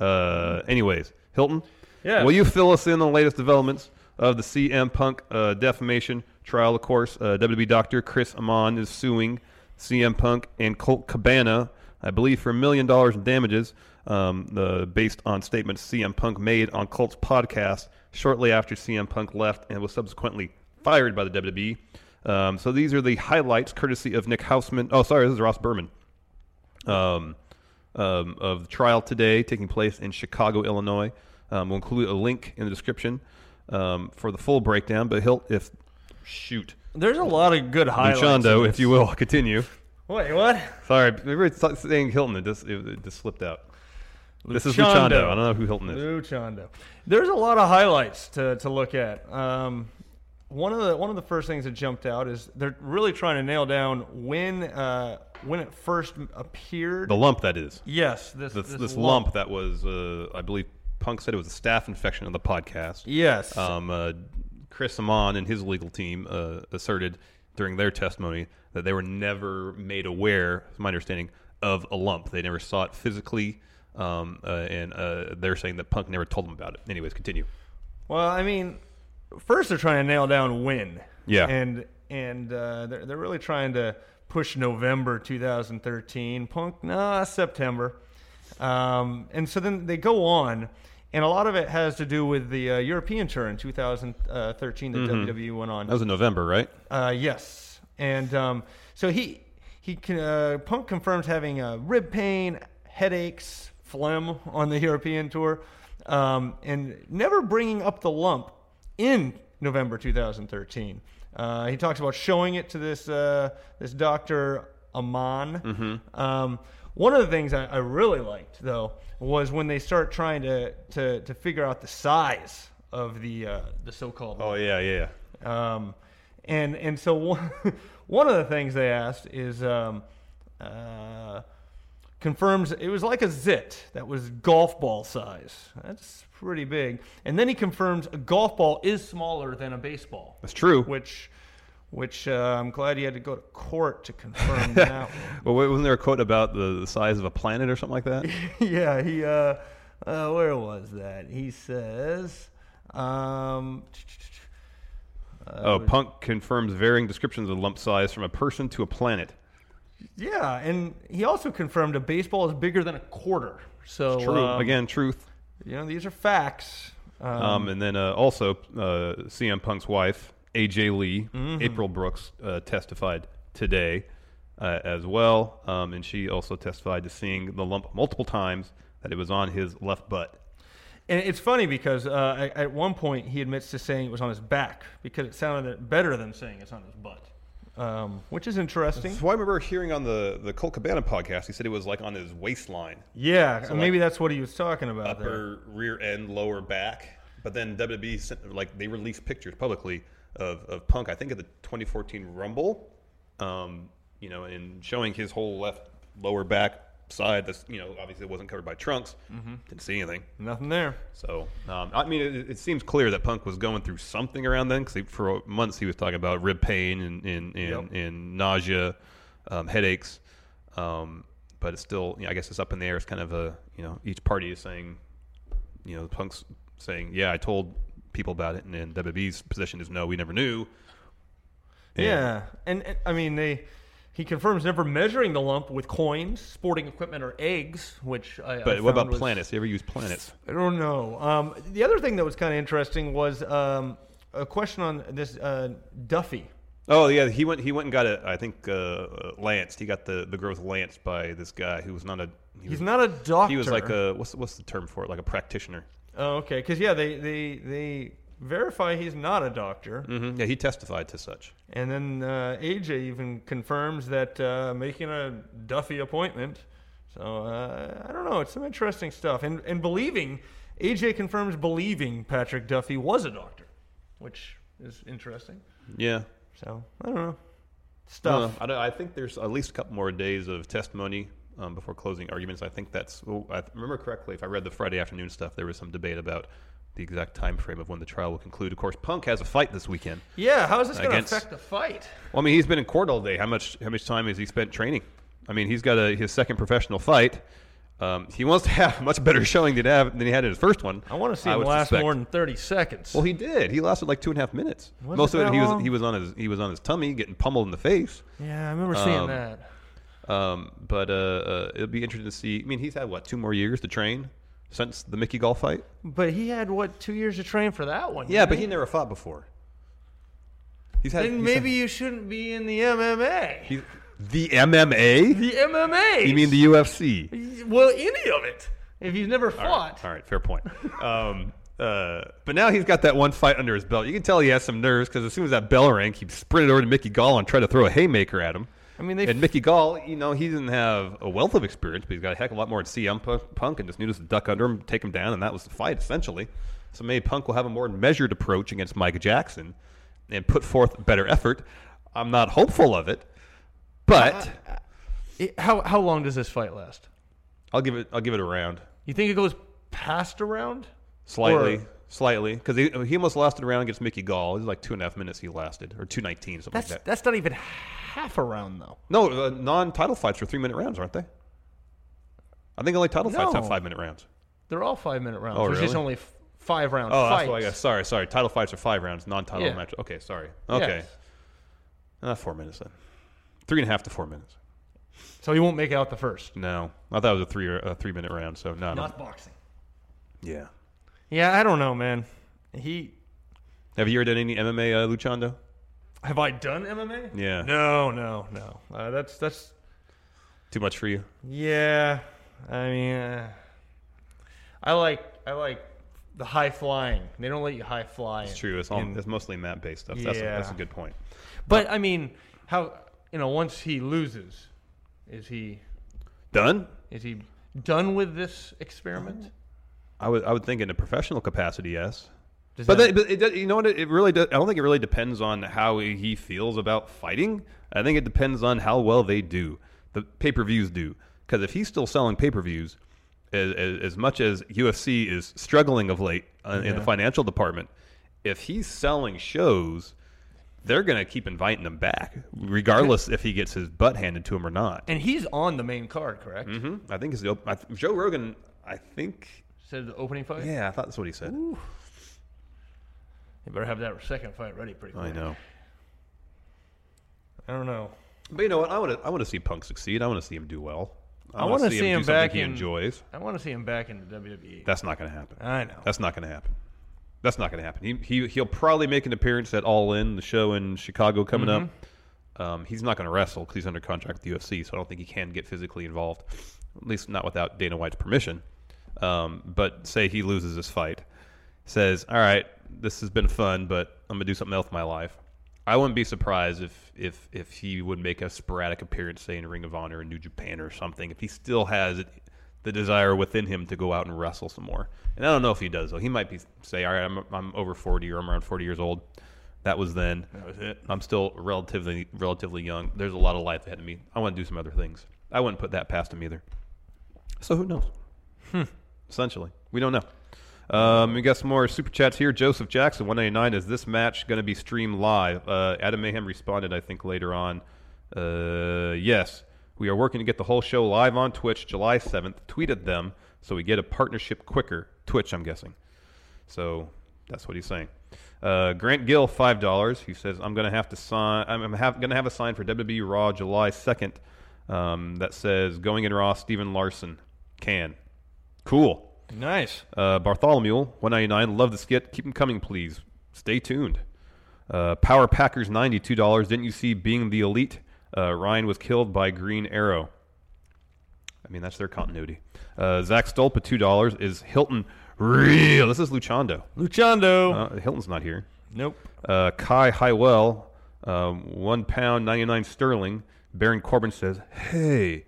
Speaker 6: Uh, anyways, Hilton.
Speaker 8: Yes.
Speaker 6: Will you fill us in on the latest developments of the CM Punk uh, defamation trial? Of course, uh, WWE doctor Chris Amon is suing CM Punk and Colt Cabana, I believe, for a million dollars in damages, um, the, based on statements CM Punk made on Colt's podcast shortly after CM Punk left and was subsequently fired by the WWE. Um, so these are the highlights, courtesy of Nick Houseman. Oh, sorry, this is Ross Berman um, um, of the trial today taking place in Chicago, Illinois. Um, we'll include a link in the description um, for the full breakdown. But Hilt, if shoot,
Speaker 8: There's a lot of good highlights.
Speaker 6: Luchando,
Speaker 8: in
Speaker 6: if
Speaker 8: this.
Speaker 6: you will, continue.
Speaker 8: Wait, what?
Speaker 6: Sorry, we were t- saying Hilton. It just, it, it just slipped out. This is
Speaker 8: Luchando.
Speaker 6: Luchando. I don't know who Hilton is.
Speaker 8: Luchando. There's a lot of highlights to, to look at. Um, one of the one of the first things that jumped out is they're really trying to nail down when uh, when it first appeared.
Speaker 6: The lump that is.
Speaker 8: Yes, this-
Speaker 6: this,
Speaker 8: this
Speaker 6: lump.
Speaker 8: lump.
Speaker 6: that was. Uh, I believe Punk said it was a staph infection on the podcast.
Speaker 8: Yes.
Speaker 6: Um, uh, Chris Amon and his legal team uh, asserted during their testimony that they were never made aware, is my understanding, of a lump. They never saw it physically, um, uh, and uh, they're saying that Punk never told them about it. Anyways, continue.
Speaker 8: Well, I mean, first they're trying to nail down when.
Speaker 6: Yeah.
Speaker 8: And and uh, they're they're really trying to push November 2013. Punk, nah, September. Um, and so then they go on, and a lot of it has to do with the uh, European tour in 2013 that
Speaker 6: Mhm.
Speaker 8: WWE went on.
Speaker 6: That was in November, right?
Speaker 8: Uh, yes, and um, so he he con- uh, Punk confirms having uh, rib pain, headaches, phlegm on the European tour, um, and never bringing up the lump in November 2013. Uh, he talks about showing it to this uh, this doctor Aman. Um, one of the things I, I really liked though was when they start trying to to, to figure out the size of the uh, the so-called.
Speaker 6: Oh yeah, yeah.
Speaker 8: Um, and and so one <laughs> one of the things they asked is um, uh, confirms it was like a zit that was golf ball size. That's pretty big. And then he confirms a golf ball is smaller than a baseball.
Speaker 6: That's true.
Speaker 8: Which which uh, I'm glad he had to go to court to confirm
Speaker 6: <laughs>
Speaker 8: that.
Speaker 6: Well, wait, wasn't there a quote about the, the size of a planet or something like <laughs> that?
Speaker 8: yeah, he. Uh, uh, where was that? He says. Um,
Speaker 6: oh, Punk confirms varying descriptions of lump size from a person to a planet.
Speaker 8: yeah, and he also confirmed a baseball is bigger than a quarter. So
Speaker 6: True.
Speaker 8: um,
Speaker 6: Again, truth.
Speaker 8: you know these are facts. Um,
Speaker 6: Um, and then uh, also, uh, CM Punk's wife, AJ Lee,
Speaker 8: Mhm.
Speaker 6: April Brooks, uh, testified today uh, as well. Um, and she also testified to seeing the lump multiple times that it was on his left butt.
Speaker 8: and it's funny because uh, at- at one point he admits to saying it was on his back because it sounded better than saying it's on his butt, um, which is interesting.
Speaker 6: So I remember hearing on the, the Colt Cabana podcast, he said it was like on his waistline.
Speaker 8: Yeah,
Speaker 6: So, like,
Speaker 8: maybe that's what he was talking about. there.
Speaker 6: upper rear end, lower back. But then WWE sent, like they released pictures publicly of, of Punk. I think at the 2014 Rumble, um, you know, and showing his whole left lower back side. That's you know obviously it wasn't covered by trunks.
Speaker 8: Mhm.
Speaker 6: Didn't see anything.
Speaker 8: Nothing there.
Speaker 6: So um, I mean, it, it seems clear that Punk was going through something around then because for months he was talking about rib pain and and and, and nausea, um, headaches. Um, but it's still, you know, I guess it's up in the air. It's kind of a you know each party is saying, you know, Punk's saying, yeah, I told people about it, and then WWE's position is no, we never knew.
Speaker 8: Yeah, And, and I mean they. He confirms never measuring the lump with coins, sporting equipment, or eggs, which I. I
Speaker 6: But what
Speaker 8: found
Speaker 6: about
Speaker 8: was-
Speaker 6: planets? You ever use planets?
Speaker 8: I don't know. Um, the other thing that was kind of interesting was um, a question on this uh, Duffy.
Speaker 6: Oh yeah, he went. He went and got a. I think uh, uh, lanced. He got the the girth lanced by this guy who was not a. He
Speaker 8: He's not a doctor.
Speaker 6: He was like a what's what's the term for it? Like a practitioner.
Speaker 8: Oh, okay. Because yeah, they they they verify he's not a doctor,
Speaker 6: Mm-hmm. Yeah, he testified to such.
Speaker 8: and then uh, AJ even confirms that uh, making a Duffy appointment. So uh, I don't know. It's some interesting stuff. And and believing AJ confirms believing Patrick Duffy was a doctor, which is interesting.
Speaker 6: Yeah.
Speaker 8: So I don't know. Stuff.
Speaker 6: I, don't, I think there's at least a couple more days of testimony um, before closing arguments. I think that's. Well, I remember correctly if I read the Friday afternoon stuff, there was some debate about the exact time frame of when the trial will conclude. Of course, Punk has a fight this weekend.
Speaker 8: Yeah, how is this going to
Speaker 6: against-
Speaker 8: affect the fight?
Speaker 6: Well, I mean, he's been in court all day. How much how much time has he spent training? I mean, he's got a, his second professional fight. Um, he wants to have a much better showing than, have, than he had in his first one.
Speaker 8: I want to see
Speaker 6: I
Speaker 8: him
Speaker 6: would
Speaker 8: last
Speaker 6: suspect.
Speaker 8: more than thirty seconds.
Speaker 6: Well, he did. He lasted like two and a half minutes.
Speaker 8: Was
Speaker 6: Most
Speaker 8: it
Speaker 6: of it,
Speaker 8: that
Speaker 6: he
Speaker 8: long?
Speaker 6: was he was on his he was on his tummy, getting pummeled in the face.
Speaker 8: um, Yeah, I remember seeing that.
Speaker 6: Um, but uh, uh, it'll be interesting to see. I mean, he's had what two more years to train since the Mickey Gall fight.
Speaker 8: But he had what two years to train for that one?
Speaker 6: Yeah,
Speaker 8: didn't
Speaker 6: but he never fought before. He's had
Speaker 8: then
Speaker 6: he's
Speaker 8: maybe you shouldn't be in the MMA.
Speaker 6: had- he- the MMA.
Speaker 8: The MMA.
Speaker 6: You mean the UFC?
Speaker 8: Well, any of it. If you've never
Speaker 6: All right,
Speaker 8: fought.
Speaker 6: All right, fair
Speaker 8: <laughs>
Speaker 6: point. Um, uh, but now he's got that one fight under his belt. You can tell he has some nerves because as soon as that bell rang, he sprinted over to Mickey Gall and tried to throw a haymaker at him.
Speaker 8: I mean, they-
Speaker 6: and Mickey Gall, you know, he didn't have a wealth of experience, but he's got a heck of a lot more than CM Pu- Punk and just knew just to duck under him, take him down, and that was the fight essentially. So maybe Punk will have a more measured approach against Micah Jackson and put forth better effort. I'm not hopeful of it, but
Speaker 8: It- how how long does this fight last?
Speaker 6: I'll give it I'll give it a round.
Speaker 8: You think it goes past a round?
Speaker 6: Slightly,
Speaker 8: Or-
Speaker 6: slightly, because he, he almost lasted around against Mickey Gall. It was like two and a half minutes he lasted, or two nineteen, something
Speaker 8: That's
Speaker 6: like that.
Speaker 8: that's not even half a round though.
Speaker 6: No, uh, non-title fights are three minute rounds, aren't they? I think only title fights have
Speaker 8: No.
Speaker 6: five minute rounds.
Speaker 8: They're all five minute rounds.
Speaker 6: Oh,
Speaker 8: There's just
Speaker 6: really?
Speaker 8: only f- five round
Speaker 6: oh,
Speaker 8: fights.
Speaker 6: that's why I got. Sorry, sorry. Title fights are five rounds. Non-title
Speaker 8: Yeah.
Speaker 6: match. Okay, sorry. Okay,
Speaker 8: Yes.
Speaker 6: not four minutes then. Three and a half to four minutes.
Speaker 8: So he won't make out the first.
Speaker 6: No, I thought it was a three a three minute round. So no, no.
Speaker 8: Not boxing.
Speaker 6: yeah.
Speaker 8: Yeah, I don't know, man. He
Speaker 6: Have you ever done any MMA, uh, Luchando?
Speaker 8: have I done MMA?
Speaker 6: Yeah.
Speaker 8: No, no, no. Uh, that's that's
Speaker 6: Too much for you?
Speaker 8: Yeah, I mean, uh, I like I like the high flying. They don't let you high fly.
Speaker 6: It's
Speaker 8: in-
Speaker 6: true. It's all
Speaker 8: in-
Speaker 6: it's mostly map based stuff. That's a,
Speaker 8: Yeah.
Speaker 6: that's a good point.
Speaker 8: but I mean, how you know? Once he loses, is he
Speaker 6: Done.
Speaker 8: is he done with this experiment?
Speaker 6: I would I would think in a professional capacity, yes.
Speaker 8: Does
Speaker 6: but, that,
Speaker 8: that-
Speaker 6: but it, does- you know what? It really does, I don't think it really depends on how he feels about fighting. I think it depends on how well they do. The pay per views do. Because if he's still selling pay per views, as, as, as much as UFC is struggling of late uh, in the
Speaker 8: Yeah.
Speaker 6: financial department, if he's selling shows, they're going to keep inviting him back, regardless if he gets his butt handed to him or not.
Speaker 8: and he's on the main card, correct?
Speaker 6: Mm-hmm. I think it's the op- I th- Joe Rogan. I think.
Speaker 8: Said the opening fight.
Speaker 6: Yeah, I thought that's what he said.
Speaker 8: Ooh. You better have that second fight ready pretty quick.
Speaker 6: I know.
Speaker 8: I don't know.
Speaker 6: But you know what? I want to. I want to see Punk succeed. I want to see him do well.
Speaker 8: I
Speaker 6: wanna
Speaker 8: want to see, him,
Speaker 6: do something
Speaker 8: back
Speaker 6: he
Speaker 8: in.
Speaker 6: enjoys.
Speaker 8: I want to see him back in the E. WWE.
Speaker 6: That's not going to happen.
Speaker 8: I know.
Speaker 6: That's not going to happen. That's not going to happen. He, he he'll probably make an appearance at All In, the show in Chicago coming
Speaker 8: Mm-hmm.
Speaker 6: up. Um, he's not going to wrestle because he's under contract with the UFC, so I don't think he can get physically involved, at least not without Dana White's permission. Um, but say he loses this fight, says, "All right, this has been fun, but I'm going to do something else with my life." I wouldn't be surprised if if if he would make a sporadic appearance, say in Ring of Honor in New Japan or something, if he still has it, the desire within him to go out and wrestle some more. And I don't know if he does though. He might be say, "All right, I'm I'm over 40 or I'm around 40 years old. That was then.
Speaker 8: That was it.
Speaker 6: I'm still relatively relatively young. There's a lot of life ahead of me. I want to do some other things. I wouldn't put that past him either. So who knows?
Speaker 8: Hmm.
Speaker 6: Essentially, we don't know. Um, we got some more super chats here. Joseph Jackson, one ninety nine. Is this match going to be streamed live? Uh, Adam Mayhem responded, I think later on. Uh, yes, we are working to get the whole show live on Twitch, July seventh. Tweet at them so we get a partnership quicker. Twitch, I'm guessing. So that's what he's saying. Uh, Grant Gill, five dollars. He says, "I'm going to have to sign. I'm, I'm have, going to have a sign for WWE Raw July 2nd um, that says Going in Raw. Steven Larson can. Cool.
Speaker 8: Nice.
Speaker 6: Uh, Bartholomew, 199. Love the skit. Keep them coming, please. Stay tuned. Uh, Power Packers, $92. Didn't you see Being the Elite? Uh, Ryan was killed by Green Arrow. I mean, that's their continuity. Uh, Zach Stolpa, $2. Is Hilton real? This is Luchando.
Speaker 8: Luchando.
Speaker 6: Uh, Hilton's not here.
Speaker 8: Nope.
Speaker 6: Uh, Kai Highwell, um, one pound, 99 sterling. Baron Corbin says, Hey,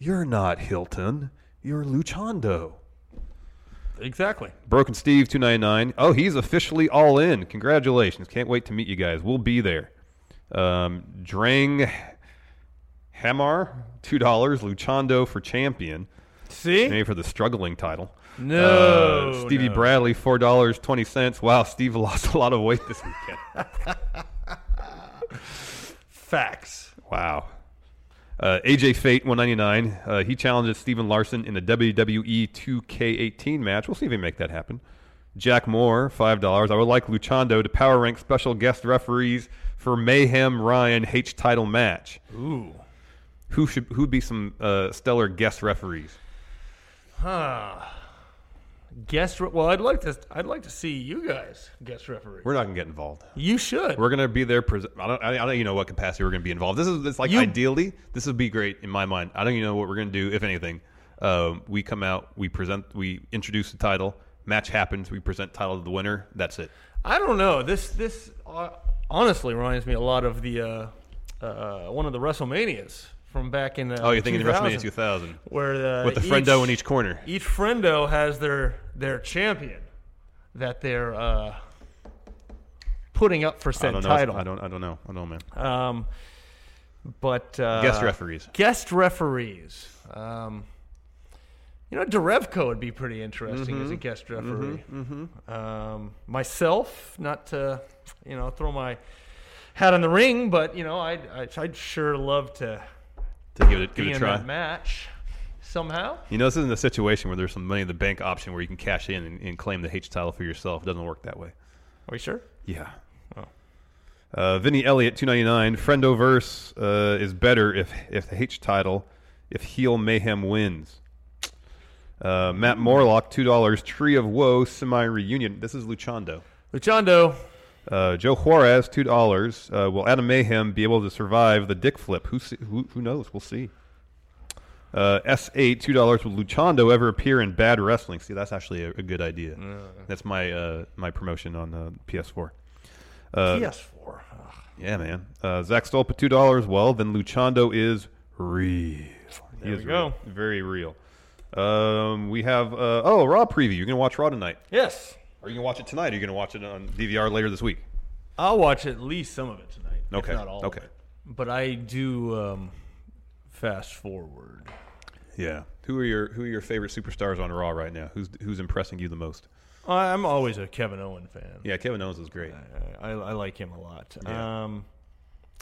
Speaker 6: you're not Hilton. You're Luchando.
Speaker 8: Exactly.
Speaker 6: Broken Steve 299. Oh, he's officially all in. Congratulations. Can't wait to meet you guys. We'll be there. Um, Drang Hamar, $2. Luchando for champion.
Speaker 8: See?
Speaker 6: Maybe for the struggling title.
Speaker 8: No,
Speaker 6: Uh, Stevie
Speaker 8: Oh, no.
Speaker 6: Bradley, $4.20. Wow, Steve <laughs> lost a lot of weight this weekend.
Speaker 8: <laughs> Facts.
Speaker 6: Wow. Uh, AJ Fate 199. Uh, he challenges Steven Larson in a WWE 2K18 match. We'll see if he can make that happen. Jack Moore, five dollars. I would like Luchando to power rank special guest referees for Mayhem Ryan H title match.
Speaker 8: Ooh.
Speaker 6: Who should who'd be some uh, stellar guest referees?
Speaker 8: Huh. Ah. Guest. Re- well, I'd like to. I'd like to see you guys guest referee.
Speaker 6: We're not gonna get involved.
Speaker 8: You should.
Speaker 6: We're gonna be there. Pres- I don't. I I don't even know what capacity we're gonna be involved. This is. It's like ideally, this would be great in my mind. I don't even know what we're gonna do. If anything, um, we come out, we present, we introduce the title. Match happens. We present title to the winner. That's it.
Speaker 8: I don't know. This this uh, honestly reminds me a lot of the uh, uh, one of the WrestleManias from back in. Uh,
Speaker 6: Oh, you're thinking of
Speaker 8: 2000,
Speaker 6: WrestleMania 2000,
Speaker 8: where uh,
Speaker 6: with the friendo in each corner.
Speaker 8: Each friendo has their their champion that they're uh, putting up for
Speaker 6: I
Speaker 8: said
Speaker 6: don't know.
Speaker 8: title.
Speaker 6: I don't. I don't know. I don't know, man.
Speaker 8: Um, but uh,
Speaker 6: Guest referees.
Speaker 8: Guest referees. Um, you know, Derevko would be pretty interesting as a
Speaker 6: Mhm.
Speaker 8: guest referee.
Speaker 6: Mhm,
Speaker 8: Um, myself, not to you know throw my hat in the ring, but you know, I'd I'd, I'd sure love to
Speaker 6: To give it, give
Speaker 8: be
Speaker 6: it a
Speaker 8: in
Speaker 6: try.
Speaker 8: that match somehow.
Speaker 6: You know, this isn't a situation where there's some money in the bank option where you can cash in and, and claim the H title for yourself. It doesn't work that way.
Speaker 8: Are we sure?
Speaker 6: Yeah. Uh, Vinny Elliott, two ninety nine. Friendoverse uh, is better if if the H title, if heel mayhem wins. Uh, Matt Morlock, two dollars. Tree of Woe semi reunion. This is Luchando.
Speaker 8: Luchando.
Speaker 6: Uh, Joe Juarez, two dollars. Uh, will Adam Mayhem be able to survive the dick flip? Who se- who, who knows? We'll see. Uh, S eight, two dollars. Will Luchando ever appear in bad wrestling? See, that's actually a, a good idea. That's my uh, my promotion on uh, PS4. Uh,
Speaker 8: PS4.
Speaker 6: yeah, man. Uh, Zach Stolpa, two dollars. Well, then Luchando is real.
Speaker 8: There
Speaker 6: he
Speaker 8: we
Speaker 6: is
Speaker 8: go.
Speaker 6: real. Very real. Um, we have uh, oh Raw preview. You're gonna watch Raw tonight.
Speaker 8: Yes.
Speaker 6: Are you gonna watch it tonight? Or are you gonna watch it on DVR later this week?
Speaker 8: I'll watch at least some of it tonight. if
Speaker 6: Okay,
Speaker 8: not all of
Speaker 6: okay.
Speaker 8: it. But I do um, fast forward.
Speaker 6: Yeah. Who are your Who are your favorite superstars on Raw right now? Who's Who's impressing you the most?
Speaker 8: I- I'm always a Kevin Owen fan.
Speaker 6: Yeah, Kevin Owens is great.
Speaker 8: Uh, I, I, I like him a lot. Um,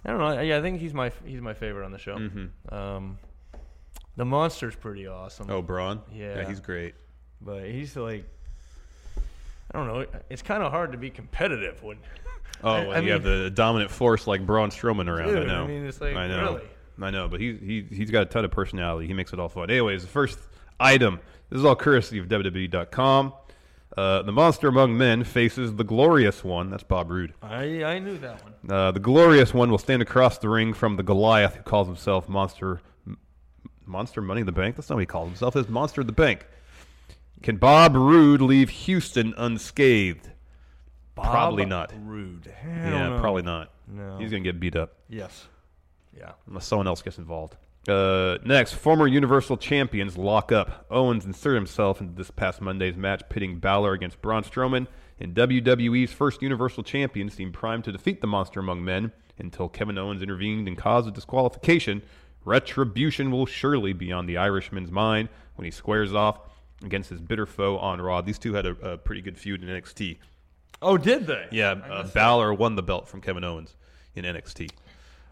Speaker 8: I don't know. Yeah, I think he's my he's my favorite on the show. Um, the monster's pretty awesome.
Speaker 6: Mm-hmm. Oh, Braun.
Speaker 8: Yeah,
Speaker 6: he's great.
Speaker 8: But he's like, I don't know. It's kind of hard to be competitive when. <laughs>
Speaker 6: Oh,
Speaker 8: I-
Speaker 6: and
Speaker 8: I
Speaker 6: you have
Speaker 8: mean-
Speaker 6: the dominant force like Braun Strowman around. I
Speaker 8: Dude, I
Speaker 6: know.
Speaker 8: mean, it's like,
Speaker 6: I know.
Speaker 8: really?
Speaker 6: I know, but he, he, he's got a ton of personality. He makes it all fun. Anyways, the first item this is all courtesy of WWE.com. Uh, the monster among men faces the glorious one. That's Bob Roode.
Speaker 8: I I knew that one.
Speaker 6: Uh, the glorious one will stand across the ring from the Goliath, who calls himself Monster, M- Monster Money in the Bank. That's not what he calls himself. It's Monster of the Bank. Can Bob Roode leave Houston unscathed?
Speaker 8: Bob
Speaker 6: probably not.
Speaker 8: Roode. Hell
Speaker 6: Yeah,
Speaker 8: no.
Speaker 6: probably not.
Speaker 8: No.
Speaker 6: He's gonna get beat up
Speaker 8: Yes. Yeah.
Speaker 6: unless someone else gets involved. Uh, next, former Universal Champions lock up. Owens inserted himself into this past Monday's match, pitting Balor against Braun Strowman, and WWE's first Universal Champion seemed primed to defeat the Monster Among Men until Kevin Owens intervened and caused a disqualification. Retribution will surely be on the Irishman's mind when he squares off against his bitter foe on Raw. These two had a, a pretty good feud in NXT.
Speaker 8: Oh, did they?
Speaker 6: Yeah, uh, Balor won the belt from Kevin Owens in NXT.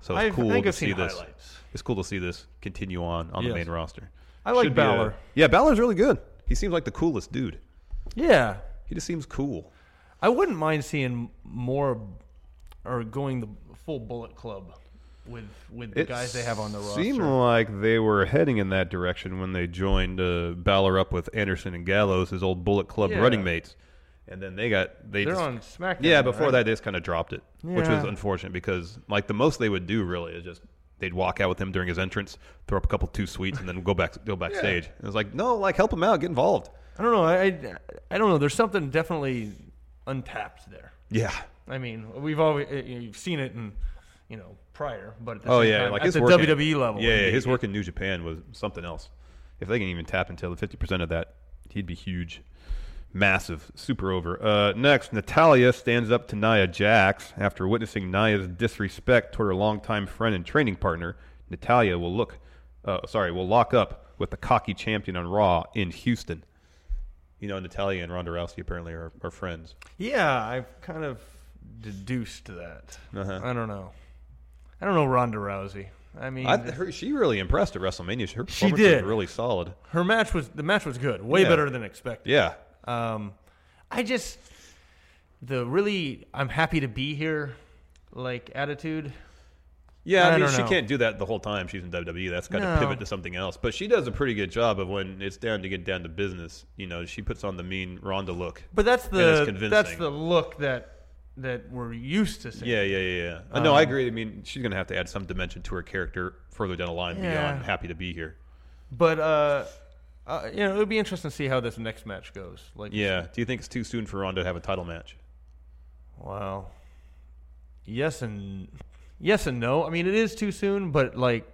Speaker 6: So it's
Speaker 8: I've- I
Speaker 6: cool
Speaker 8: think
Speaker 6: to
Speaker 8: I've
Speaker 6: see
Speaker 8: seen
Speaker 6: this.
Speaker 8: highlights.
Speaker 6: It's cool to see this continue on on the
Speaker 8: Yes.
Speaker 6: main roster.
Speaker 8: I like
Speaker 6: Should be a-
Speaker 8: Balor.
Speaker 6: yeah, Balor's really good. He seems like the coolest dude.
Speaker 8: Yeah.
Speaker 6: He just seems cool.
Speaker 8: I wouldn't mind seeing more or going the full Bullet Club with with the
Speaker 6: It
Speaker 8: guys they have on the roster.
Speaker 6: Seemed like they were heading in that direction when they joined uh, Balor up with Anderson and Gallows, his old Bullet Club
Speaker 8: Yeah.
Speaker 6: running mates, and then they got they
Speaker 8: They're
Speaker 6: just,
Speaker 8: on SmackDown
Speaker 6: Yeah,
Speaker 8: now,
Speaker 6: before
Speaker 8: right?
Speaker 6: that they just kind of dropped it, which was
Speaker 8: Yeah.
Speaker 6: unfortunate because like the most they would do really is just they'd walk out with him during his entrance, throw up a couple two sweets, and then go back go backstage. And it was like no, like help him out, get involved.
Speaker 8: I don't know. I, I I don't know. There's something definitely untapped there.
Speaker 6: Yeah.
Speaker 8: I mean, we've always uh, you've seen it in you know prior, but at the
Speaker 6: Oh
Speaker 8: same
Speaker 6: yeah,
Speaker 8: time,
Speaker 6: like
Speaker 8: at
Speaker 6: his
Speaker 8: the
Speaker 6: work in-
Speaker 8: WWE level,
Speaker 6: Yeah, yeah
Speaker 8: it'd
Speaker 6: his
Speaker 8: be-
Speaker 6: work in New Japan was something else. If they can even tap into the fifty percent of that, he'd be huge, massive, super over. Uh, next, Natalia stands up to Nia Jax after witnessing Nia's disrespect toward her longtime friend and training partner. Natalia will look, uh, sorry, will lock up with the cocky champion on Raw in Houston. You know, Natalia and Ronda Rousey apparently are, are friends.
Speaker 8: Yeah, I've kind of deduced that.
Speaker 6: Uh-huh.
Speaker 8: I don't know. I don't know Ronda Rousey. I mean,
Speaker 6: I, her, she really impressed at WrestleMania. Her
Speaker 8: She
Speaker 6: performance
Speaker 8: did.
Speaker 6: was really solid.
Speaker 8: her match was the match was good, way
Speaker 6: Yeah.
Speaker 8: better than expected.
Speaker 6: Yeah.
Speaker 8: Um, I just the really I'm happy to be here like attitude.
Speaker 6: Yeah, I, mean,
Speaker 8: don't
Speaker 6: she
Speaker 8: know.
Speaker 6: can't do that the whole time she's in WWE. That's got
Speaker 8: No.
Speaker 6: to pivot to something else. But she does a pretty good job of when it's down to get down to business. You know, she puts on the mean Ronda look.
Speaker 8: But that's
Speaker 6: And it's
Speaker 8: the
Speaker 6: convincing.
Speaker 8: that's the look that that we're used to seeing.
Speaker 6: yeah, yeah, yeah. yeah. Uh, no,
Speaker 8: Um,
Speaker 6: I agree. I mean, she's going to have to add some dimension to her character further down the line
Speaker 8: Yeah.
Speaker 6: beyond happy to be here.
Speaker 8: But uh, uh, you know, it would be interesting to see how this next match goes. Like, you
Speaker 6: Yeah. Do you think it's too soon for Ronda to have a title match?
Speaker 8: Wow. Yes and yes and no. I mean, it is too soon, but like,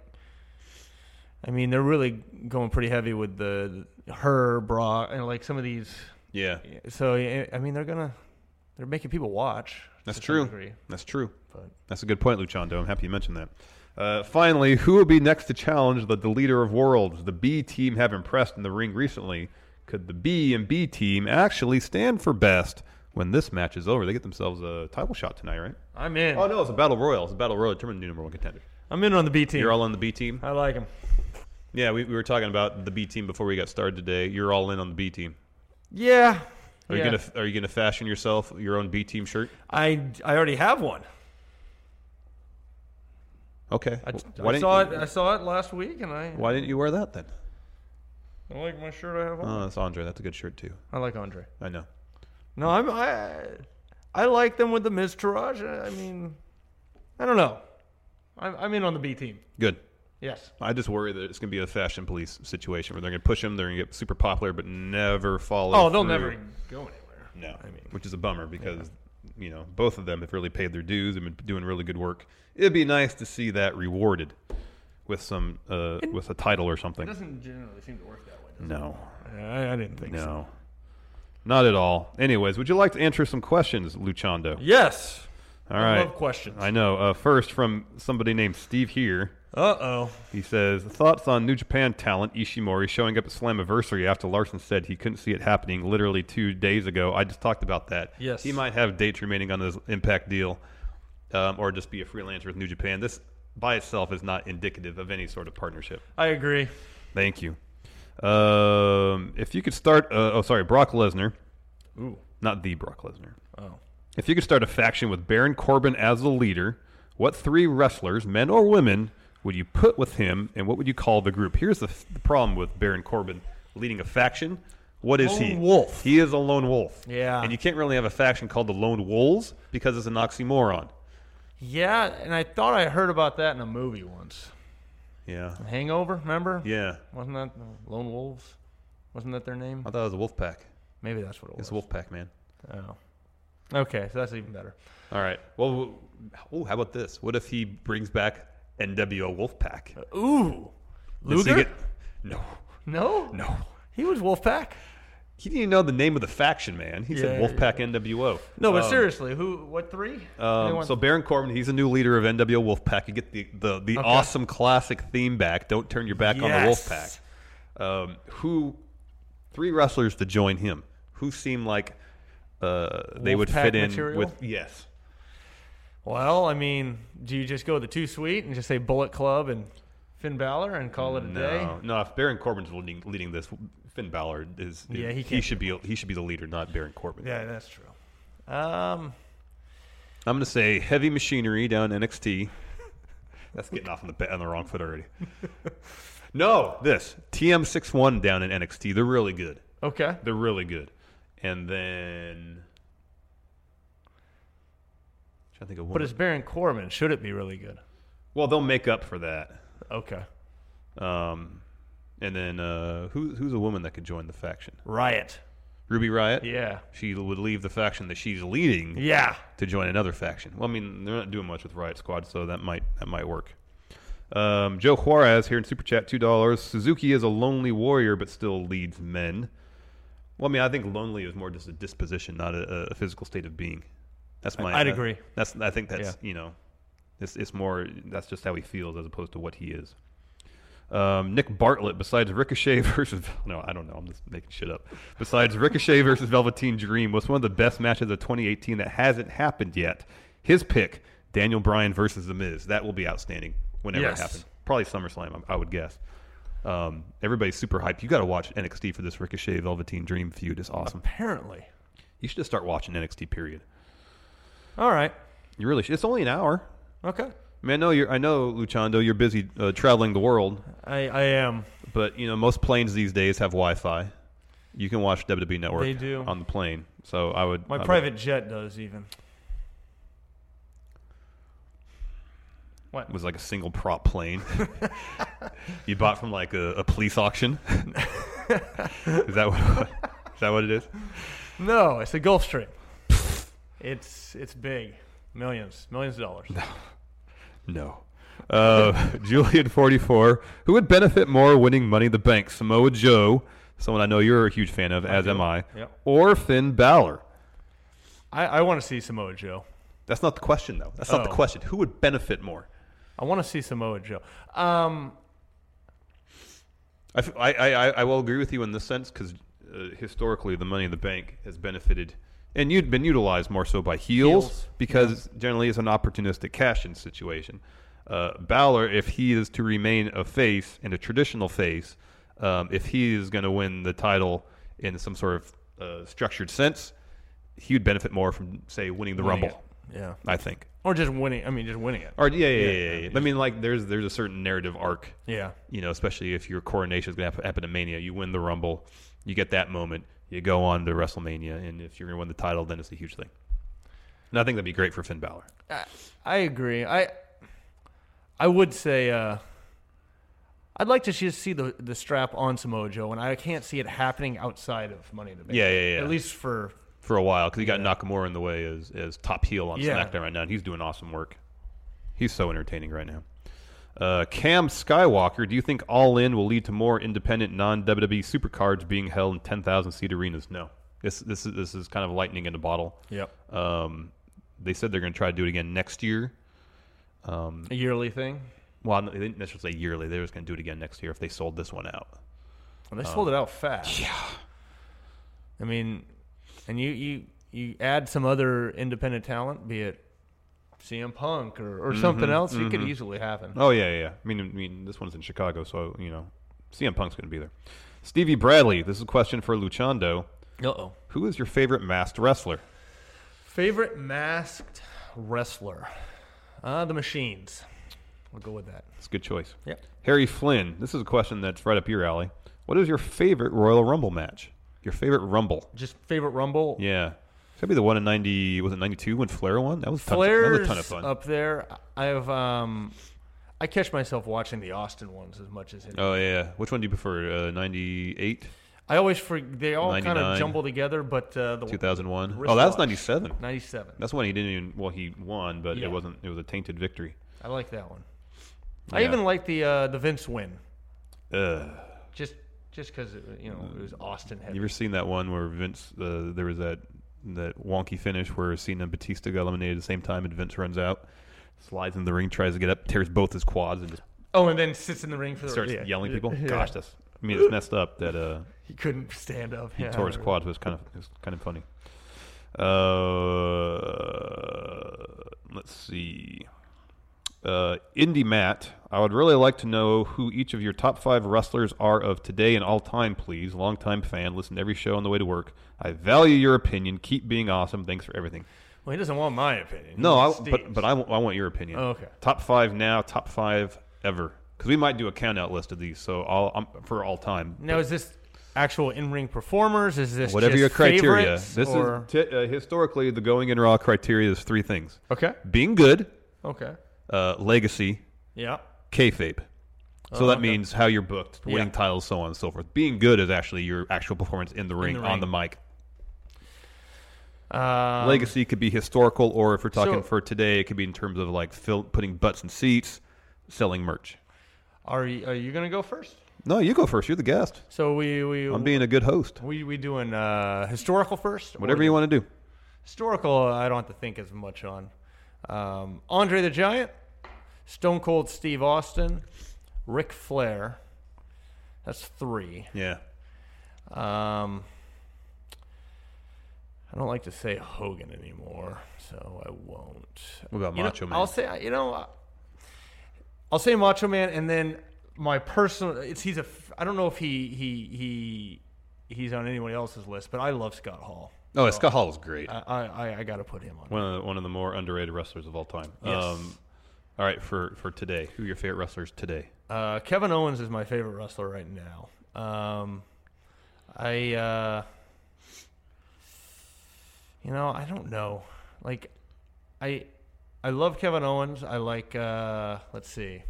Speaker 8: I mean, they're really going pretty heavy with the her bra and like some of these.
Speaker 6: Yeah.
Speaker 8: So I I mean, they're gonna they're making people watch.
Speaker 6: That's
Speaker 8: to some
Speaker 6: true.
Speaker 8: degree.
Speaker 6: That's true.
Speaker 8: But-
Speaker 6: That's a good point, Luchando. I'm happy you mentioned that. Uh, finally, who will be next to challenge the, the leader of worlds? The B team have impressed in the ring recently. Could the B and B team actually stand for best when this match is over? They get themselves a title shot tonight, right?
Speaker 8: I'm in.
Speaker 6: Oh no, it's a battle royal. It's a battle royal. Determine the new number one contender.
Speaker 8: I'm in on the B team.
Speaker 6: You're all on the B team.
Speaker 8: I like them.
Speaker 6: Yeah, we, we were talking about the B team before we got started today. You're all in on the B team.
Speaker 8: Yeah.
Speaker 6: Are
Speaker 8: yeah.
Speaker 6: you gonna Are you gonna fashion yourself your own B team shirt?
Speaker 8: I I already have one.
Speaker 6: Okay.
Speaker 8: I,
Speaker 6: Wh-
Speaker 8: I
Speaker 6: didn't
Speaker 8: saw
Speaker 6: you-
Speaker 8: it. I saw it last week, and I
Speaker 6: Why didn't you wear that then?
Speaker 8: I like my shirt I have on.
Speaker 6: Oh, that's Andre. That's a good shirt too.
Speaker 8: I like Andre.
Speaker 6: I know.
Speaker 8: No, I'm I I like them with the Miz Taraj. uh, I mean, I don't know. I'm, I'm in on the B team.
Speaker 6: Good.
Speaker 8: Yes.
Speaker 6: I just worry that it's going to be a fashion police situation where they're going to push them, they're going to get super popular, but never follow.
Speaker 8: Oh, they'll
Speaker 6: through,
Speaker 8: never go anywhere.
Speaker 6: No, I mean, which is a bummer because you know both of them have really paid their dues and been doing really good work. It'd be nice to see that rewarded with some uh, with a title or
Speaker 8: It
Speaker 6: something.
Speaker 8: doesn't generally seem to work that way.
Speaker 6: No,
Speaker 8: I, I didn't think
Speaker 6: no.
Speaker 8: so.
Speaker 6: Not at all. Anyways, would you like to answer some questions, Luchando?
Speaker 8: Yes.
Speaker 6: All
Speaker 8: I
Speaker 6: right.
Speaker 8: love questions.
Speaker 6: I know. Uh, first, from somebody named Steve here.
Speaker 8: Uh oh.
Speaker 6: He says thoughts on New Japan talent Ishimori showing up at Slammiversary after Larson said he couldn't see it happening literally two days ago. I just talked about that.
Speaker 8: Yes.
Speaker 6: he might have dates remaining on his Impact deal, um, or just be a freelancer with New Japan. This by itself is not indicative of any sort of partnership.
Speaker 8: I agree.
Speaker 6: Thank you. Um, if you could start, uh, oh sorry, Brock Lesnar.
Speaker 8: Ooh.
Speaker 6: Not the Brock Lesnar.
Speaker 8: Oh.
Speaker 6: If you could start a faction with Baron Corbin as the leader, what three wrestlers, men or women, would you put with him, and what would you call the group? Here's the, the problem with Baron Corbin leading a faction. What is he?
Speaker 8: Lone wolf.
Speaker 6: He is a lone wolf.
Speaker 8: Yeah.
Speaker 6: And you can't really have a faction called the Lone Wolves because it's an oxymoron.
Speaker 8: Yeah, and I thought I heard about that in a movie once.
Speaker 6: Yeah.
Speaker 8: Hangover, remember?
Speaker 6: Yeah.
Speaker 8: Wasn't that the Lone Wolves? Wasn't that their name?
Speaker 6: I thought it was a wolf pack.
Speaker 8: Maybe that's what it
Speaker 6: It's wolf pack, man.
Speaker 8: Oh. Okay, so that's even better.
Speaker 6: All right. Well, w- ooh, how about this? What if he brings back NWO Wolfpack?
Speaker 8: Ooh.
Speaker 6: Does he
Speaker 8: Uh, Luger?
Speaker 6: get- no.
Speaker 8: No?
Speaker 6: No.
Speaker 8: He was Wolfpack.
Speaker 6: He didn't even know the name of the faction, man. He said
Speaker 8: Yeah.
Speaker 6: Wolfpack NWO.
Speaker 8: No, but
Speaker 6: Um,
Speaker 8: seriously, who? What three?
Speaker 6: Um,
Speaker 8: Anyone?
Speaker 6: so Baron Corbin, he's a new leader of NWO Wolfpack. You get the the, the
Speaker 8: Okay.
Speaker 6: awesome classic theme back. Don't turn your back
Speaker 8: Yes.
Speaker 6: on the Wolfpack. Um, who three wrestlers to join him? Who seem like uh, they would
Speaker 8: Wolfpack
Speaker 6: fit in
Speaker 8: material?
Speaker 6: with? Yes.
Speaker 8: Well, I mean, do you just go the two sweet and just say Bullet Club and Finn Balor and call it a day?
Speaker 6: No, no. If Baron Corbin's leading, leading this, Finn Balor is.
Speaker 8: Yeah, he
Speaker 6: he
Speaker 8: can't
Speaker 6: should be he should be the leader, not Baron Corbin.
Speaker 8: Yeah, that's true. Um,
Speaker 6: I'm gonna say heavy machinery down
Speaker 8: <laughs>
Speaker 6: NXT. That's getting off on the ba- on the wrong foot already. <laughs> no, this TM61 down in NXT. They're really good.
Speaker 8: Okay.
Speaker 6: They're really good. And then trying to think of one.
Speaker 8: but it's Baron Corbin. Should it be really good?
Speaker 6: well, they'll make up for that.
Speaker 8: Okay.
Speaker 6: Um, and then uh, who who's a woman that could join the faction?
Speaker 8: Riot.
Speaker 6: Ruby Riot.
Speaker 8: Yeah.
Speaker 6: She would leave the faction that she's leading.
Speaker 8: Yeah.
Speaker 6: To join another faction. Well, I mean, they're not doing much with Riot Squad, so that might that might work. Um, Joe Juarez here in super chat two dollars. Suzuki is a lonely warrior, but still leads men. Well, I mean, I think lonely is more just a disposition, not a, a physical state of being. That's my.
Speaker 8: I'd
Speaker 6: uh,
Speaker 8: agree.
Speaker 6: That's I think that's you know, it's it's more that's just how he feels as opposed to what he is. Um, Nick Bartlett, besides Ricochet <laughs> versus no, I don't know, I'm just making shit up. Besides Ricochet versus Velveteen Dream was one of the best matches of 2018 that hasn't happened yet. His pick, Daniel Bryan versus The Miz, that will be outstanding whenever
Speaker 8: Yes.
Speaker 6: it happens. Probably SummerSlam, I, I would guess. Um, everybody's super hyped. You got to watch NXT for this Ricochet Velveteen Dream feud. It's awesome.
Speaker 8: Apparently.
Speaker 6: You should just start watching NXT. Period.
Speaker 8: All right.
Speaker 6: You really should. It's only an hour.
Speaker 8: Okay.
Speaker 6: I mean, I know you're. I know Luchando, you're busy uh, traveling the world.
Speaker 8: I, I am.
Speaker 6: But you know, most planes these days have Wi-Fi. You can watch WWE Network.
Speaker 8: They do.
Speaker 6: on the plane. So I would.
Speaker 8: My
Speaker 6: I would-
Speaker 8: private jet does even.
Speaker 6: was like a single prop
Speaker 8: <laughs>
Speaker 6: plane. you bought from like a, a police auction. <laughs> is that what? Is that what it is?
Speaker 8: No, it's a Gulfstream. it's it's big, millions, millions of dollars.
Speaker 6: No. Uh, <laughs> Julian forty four. Who would benefit more winning Money in the Bank? Samoa Joe, someone I know you're a huge fan of, as am I,
Speaker 8: Yep.
Speaker 6: or Finn Balor?
Speaker 8: I, I want to see Samoa Joe.
Speaker 6: That's not the question though. That's not the
Speaker 8: Oh.
Speaker 6: question. Who would benefit more?
Speaker 8: I want to see Samoa Joe. Um,
Speaker 6: I, f- I- I- I- I will agree with you in this sense because uh, historically the money in the bank has benefited and you'd been utilized more so by heels,
Speaker 8: Heels,
Speaker 6: because generally it's an opportunistic cash-in situation. Uh, Balor, if he is to remain a face and a traditional face, um, if he is going to win the title in some sort of uh, structured sense, he would benefit more from say winning the
Speaker 8: Winning
Speaker 6: Rumble.
Speaker 8: it, yeah.
Speaker 6: I think.
Speaker 8: or just winning. I mean, just winning it.
Speaker 6: Or yeah, yeah, yeah. yeah, yeah. I mean, like there's there's a certain narrative arc.
Speaker 8: Yeah.
Speaker 6: You know, especially if your coronation is going to happen to Mania, you win the Rumble, you get that moment, you go on to WrestleMania, and if you're going to win the title, then it's a huge thing. And I think that'd be great for Finn Balor.
Speaker 8: I, I agree. I I would say uh, I'd like to just see the the strap on Samoa Joe, and I can't see it happening outside of Money in the Bank.
Speaker 6: Yeah, yeah, yeah.
Speaker 8: At least for
Speaker 6: for a while because he got Nakamura in the way as as top heel on
Speaker 8: Yeah.
Speaker 6: SmackDown right now, and he's doing awesome work. He's so entertaining right now. Uh, Cam Skywalker, do you E think All In will lead to more independent non WWE supercards being held in ten thousand seat arenas? No, This this is this is kind of lightning in a bottle.
Speaker 8: Yep.
Speaker 6: Um, they said they're going to try to do it again next year. Um,
Speaker 8: A yearly thing?
Speaker 6: Well, no, they didn't necessarily say yearly. They were just going to do it again next year if they sold this one out.
Speaker 8: Well,
Speaker 6: Oh.
Speaker 8: they sold it out fast. Yeah. I mean, and you you you add some other independent talent, be it CM Punk or, or something
Speaker 6: Mhm,
Speaker 8: else, it could
Speaker 6: mhm.
Speaker 8: easily happen.
Speaker 6: Oh yeah, yeah, yeah. I mean, I mean, this one's in Chicago, so you know, CM Punk's going to be there. Stevie Bradley. This is a question for Luchando.
Speaker 8: Uh-oh.
Speaker 6: Who is your favorite masked wrestler?
Speaker 8: Favorite masked wrestler? Uh, the Machines. We'll go with that.
Speaker 6: It's a good choice.
Speaker 8: Yep.
Speaker 6: Harry Flynn. This is a question that's right up your alley. What is your favorite Royal Rumble match? Your favorite Rumble?
Speaker 8: Just favorite Rumble.
Speaker 6: Yeah. Should be the one in ninety. Was it ninety two when Flair won? That was a ton, that was
Speaker 8: Flair's
Speaker 6: a ton of fun.
Speaker 8: up there. I have um, I catch myself watching the Austin ones as much as any.
Speaker 6: Oh yeah. Which one do you prefer? Uh, ninety eight.
Speaker 8: I always forget. They all kind of
Speaker 6: 99.
Speaker 8: jumble together, but uh, the
Speaker 6: 2001.
Speaker 8: wristwatch.
Speaker 6: Oh, that's 97.
Speaker 8: 97.
Speaker 6: That's when he didn't even. Well, he won, but
Speaker 8: Yeah.
Speaker 6: it wasn't. It was a tainted victory.
Speaker 8: I like that one. I
Speaker 6: Yeah.
Speaker 8: even like the uh, the Vince win,
Speaker 6: Ugh.
Speaker 8: just just because you know it was Austin
Speaker 6: You
Speaker 8: heavy.
Speaker 6: ever seen that one where Vince? Uh, there was that that wonky finish where Cena and Batista got eliminated at the same time, and Vince runs out, slides in the ring, tries to get up, tears both his quads, and just
Speaker 8: Oh, and then sits in the ring for the
Speaker 6: starts
Speaker 8: yeah. <laughs>
Speaker 6: yelling at people.
Speaker 8: Yeah.
Speaker 6: Gosh, that's. I mean, it's messed up that uh,
Speaker 8: He couldn't stand up.
Speaker 6: He
Speaker 8: Yeah, I
Speaker 6: tore his
Speaker 8: remember.
Speaker 6: quads. It was kind of it was kind of funny. Uh, let's see. Uh, Indy Matt, I would really like to know who each of your top five wrestlers are of today and all time, please. Longtime fan, listen to every show on the way to work. I value your opinion. Keep being awesome. Thanks for everything.
Speaker 8: Well, he doesn't want my opinion. He
Speaker 6: No,
Speaker 8: wants
Speaker 6: I, but
Speaker 8: Steve's.
Speaker 6: but I, w- I want your opinion.
Speaker 8: Oh, okay.
Speaker 6: Top five now. Top five ever. Because we might do a count out list of these. So I'll, I'm, for all time.
Speaker 8: now is this actual in ring performers? Is this
Speaker 6: whatever
Speaker 8: just
Speaker 6: your criteria.
Speaker 8: favorites,
Speaker 6: This
Speaker 8: or-
Speaker 6: is t- uh, historically the going in raw criteria is three things.
Speaker 8: Okay.
Speaker 6: being good.
Speaker 8: Okay.
Speaker 6: Uh, legacy.
Speaker 8: Yeah.
Speaker 6: Kayfabe. So
Speaker 8: Oh,
Speaker 6: that
Speaker 8: okay.
Speaker 6: means how you're booked, winning
Speaker 8: Yeah.
Speaker 6: titles, so on and so forth. Being good is actually your actual performance in the ring,
Speaker 8: the
Speaker 6: on
Speaker 8: ring.
Speaker 6: the mic.
Speaker 8: Um,
Speaker 6: legacy could be historical, or if we're talking
Speaker 8: so-
Speaker 6: for today, it could be in terms of like fill, putting butts in seats, selling merch.
Speaker 8: Are you, are you gonna go first?
Speaker 6: No, you go first. You're the guest.
Speaker 8: So we we
Speaker 6: I'm being a good host.
Speaker 8: we we doing uh, historical first. or
Speaker 6: Whatever you want to do.
Speaker 8: Historical, I don't have to think as much on. Um, Andre the Giant, Stone Cold Steve Austin, Ric Flair. That's three.
Speaker 6: Yeah.
Speaker 8: Um, I don't like to say Hogan anymore, so I won't.
Speaker 6: What about
Speaker 8: You know,
Speaker 6: Macho Man?
Speaker 8: I'll say you know, I'll say Macho Man, and then my personal. It's he's a. f- I don't know if he he he he's on anyone else's list, but I love Scott Hall.
Speaker 6: Oh, Scott Hall is great.
Speaker 8: I I, I got to put him on.
Speaker 6: One of the, one of the more underrated wrestlers of all time. Um,
Speaker 8: Yes.
Speaker 6: all right, for for today, who are your favorite wrestlers today?
Speaker 8: Uh, Kevin Owens is my favorite wrestler right now. Um, I, uh, you know, I don't know. Like, I, I love Kevin Owens. I like. Uh, let's see,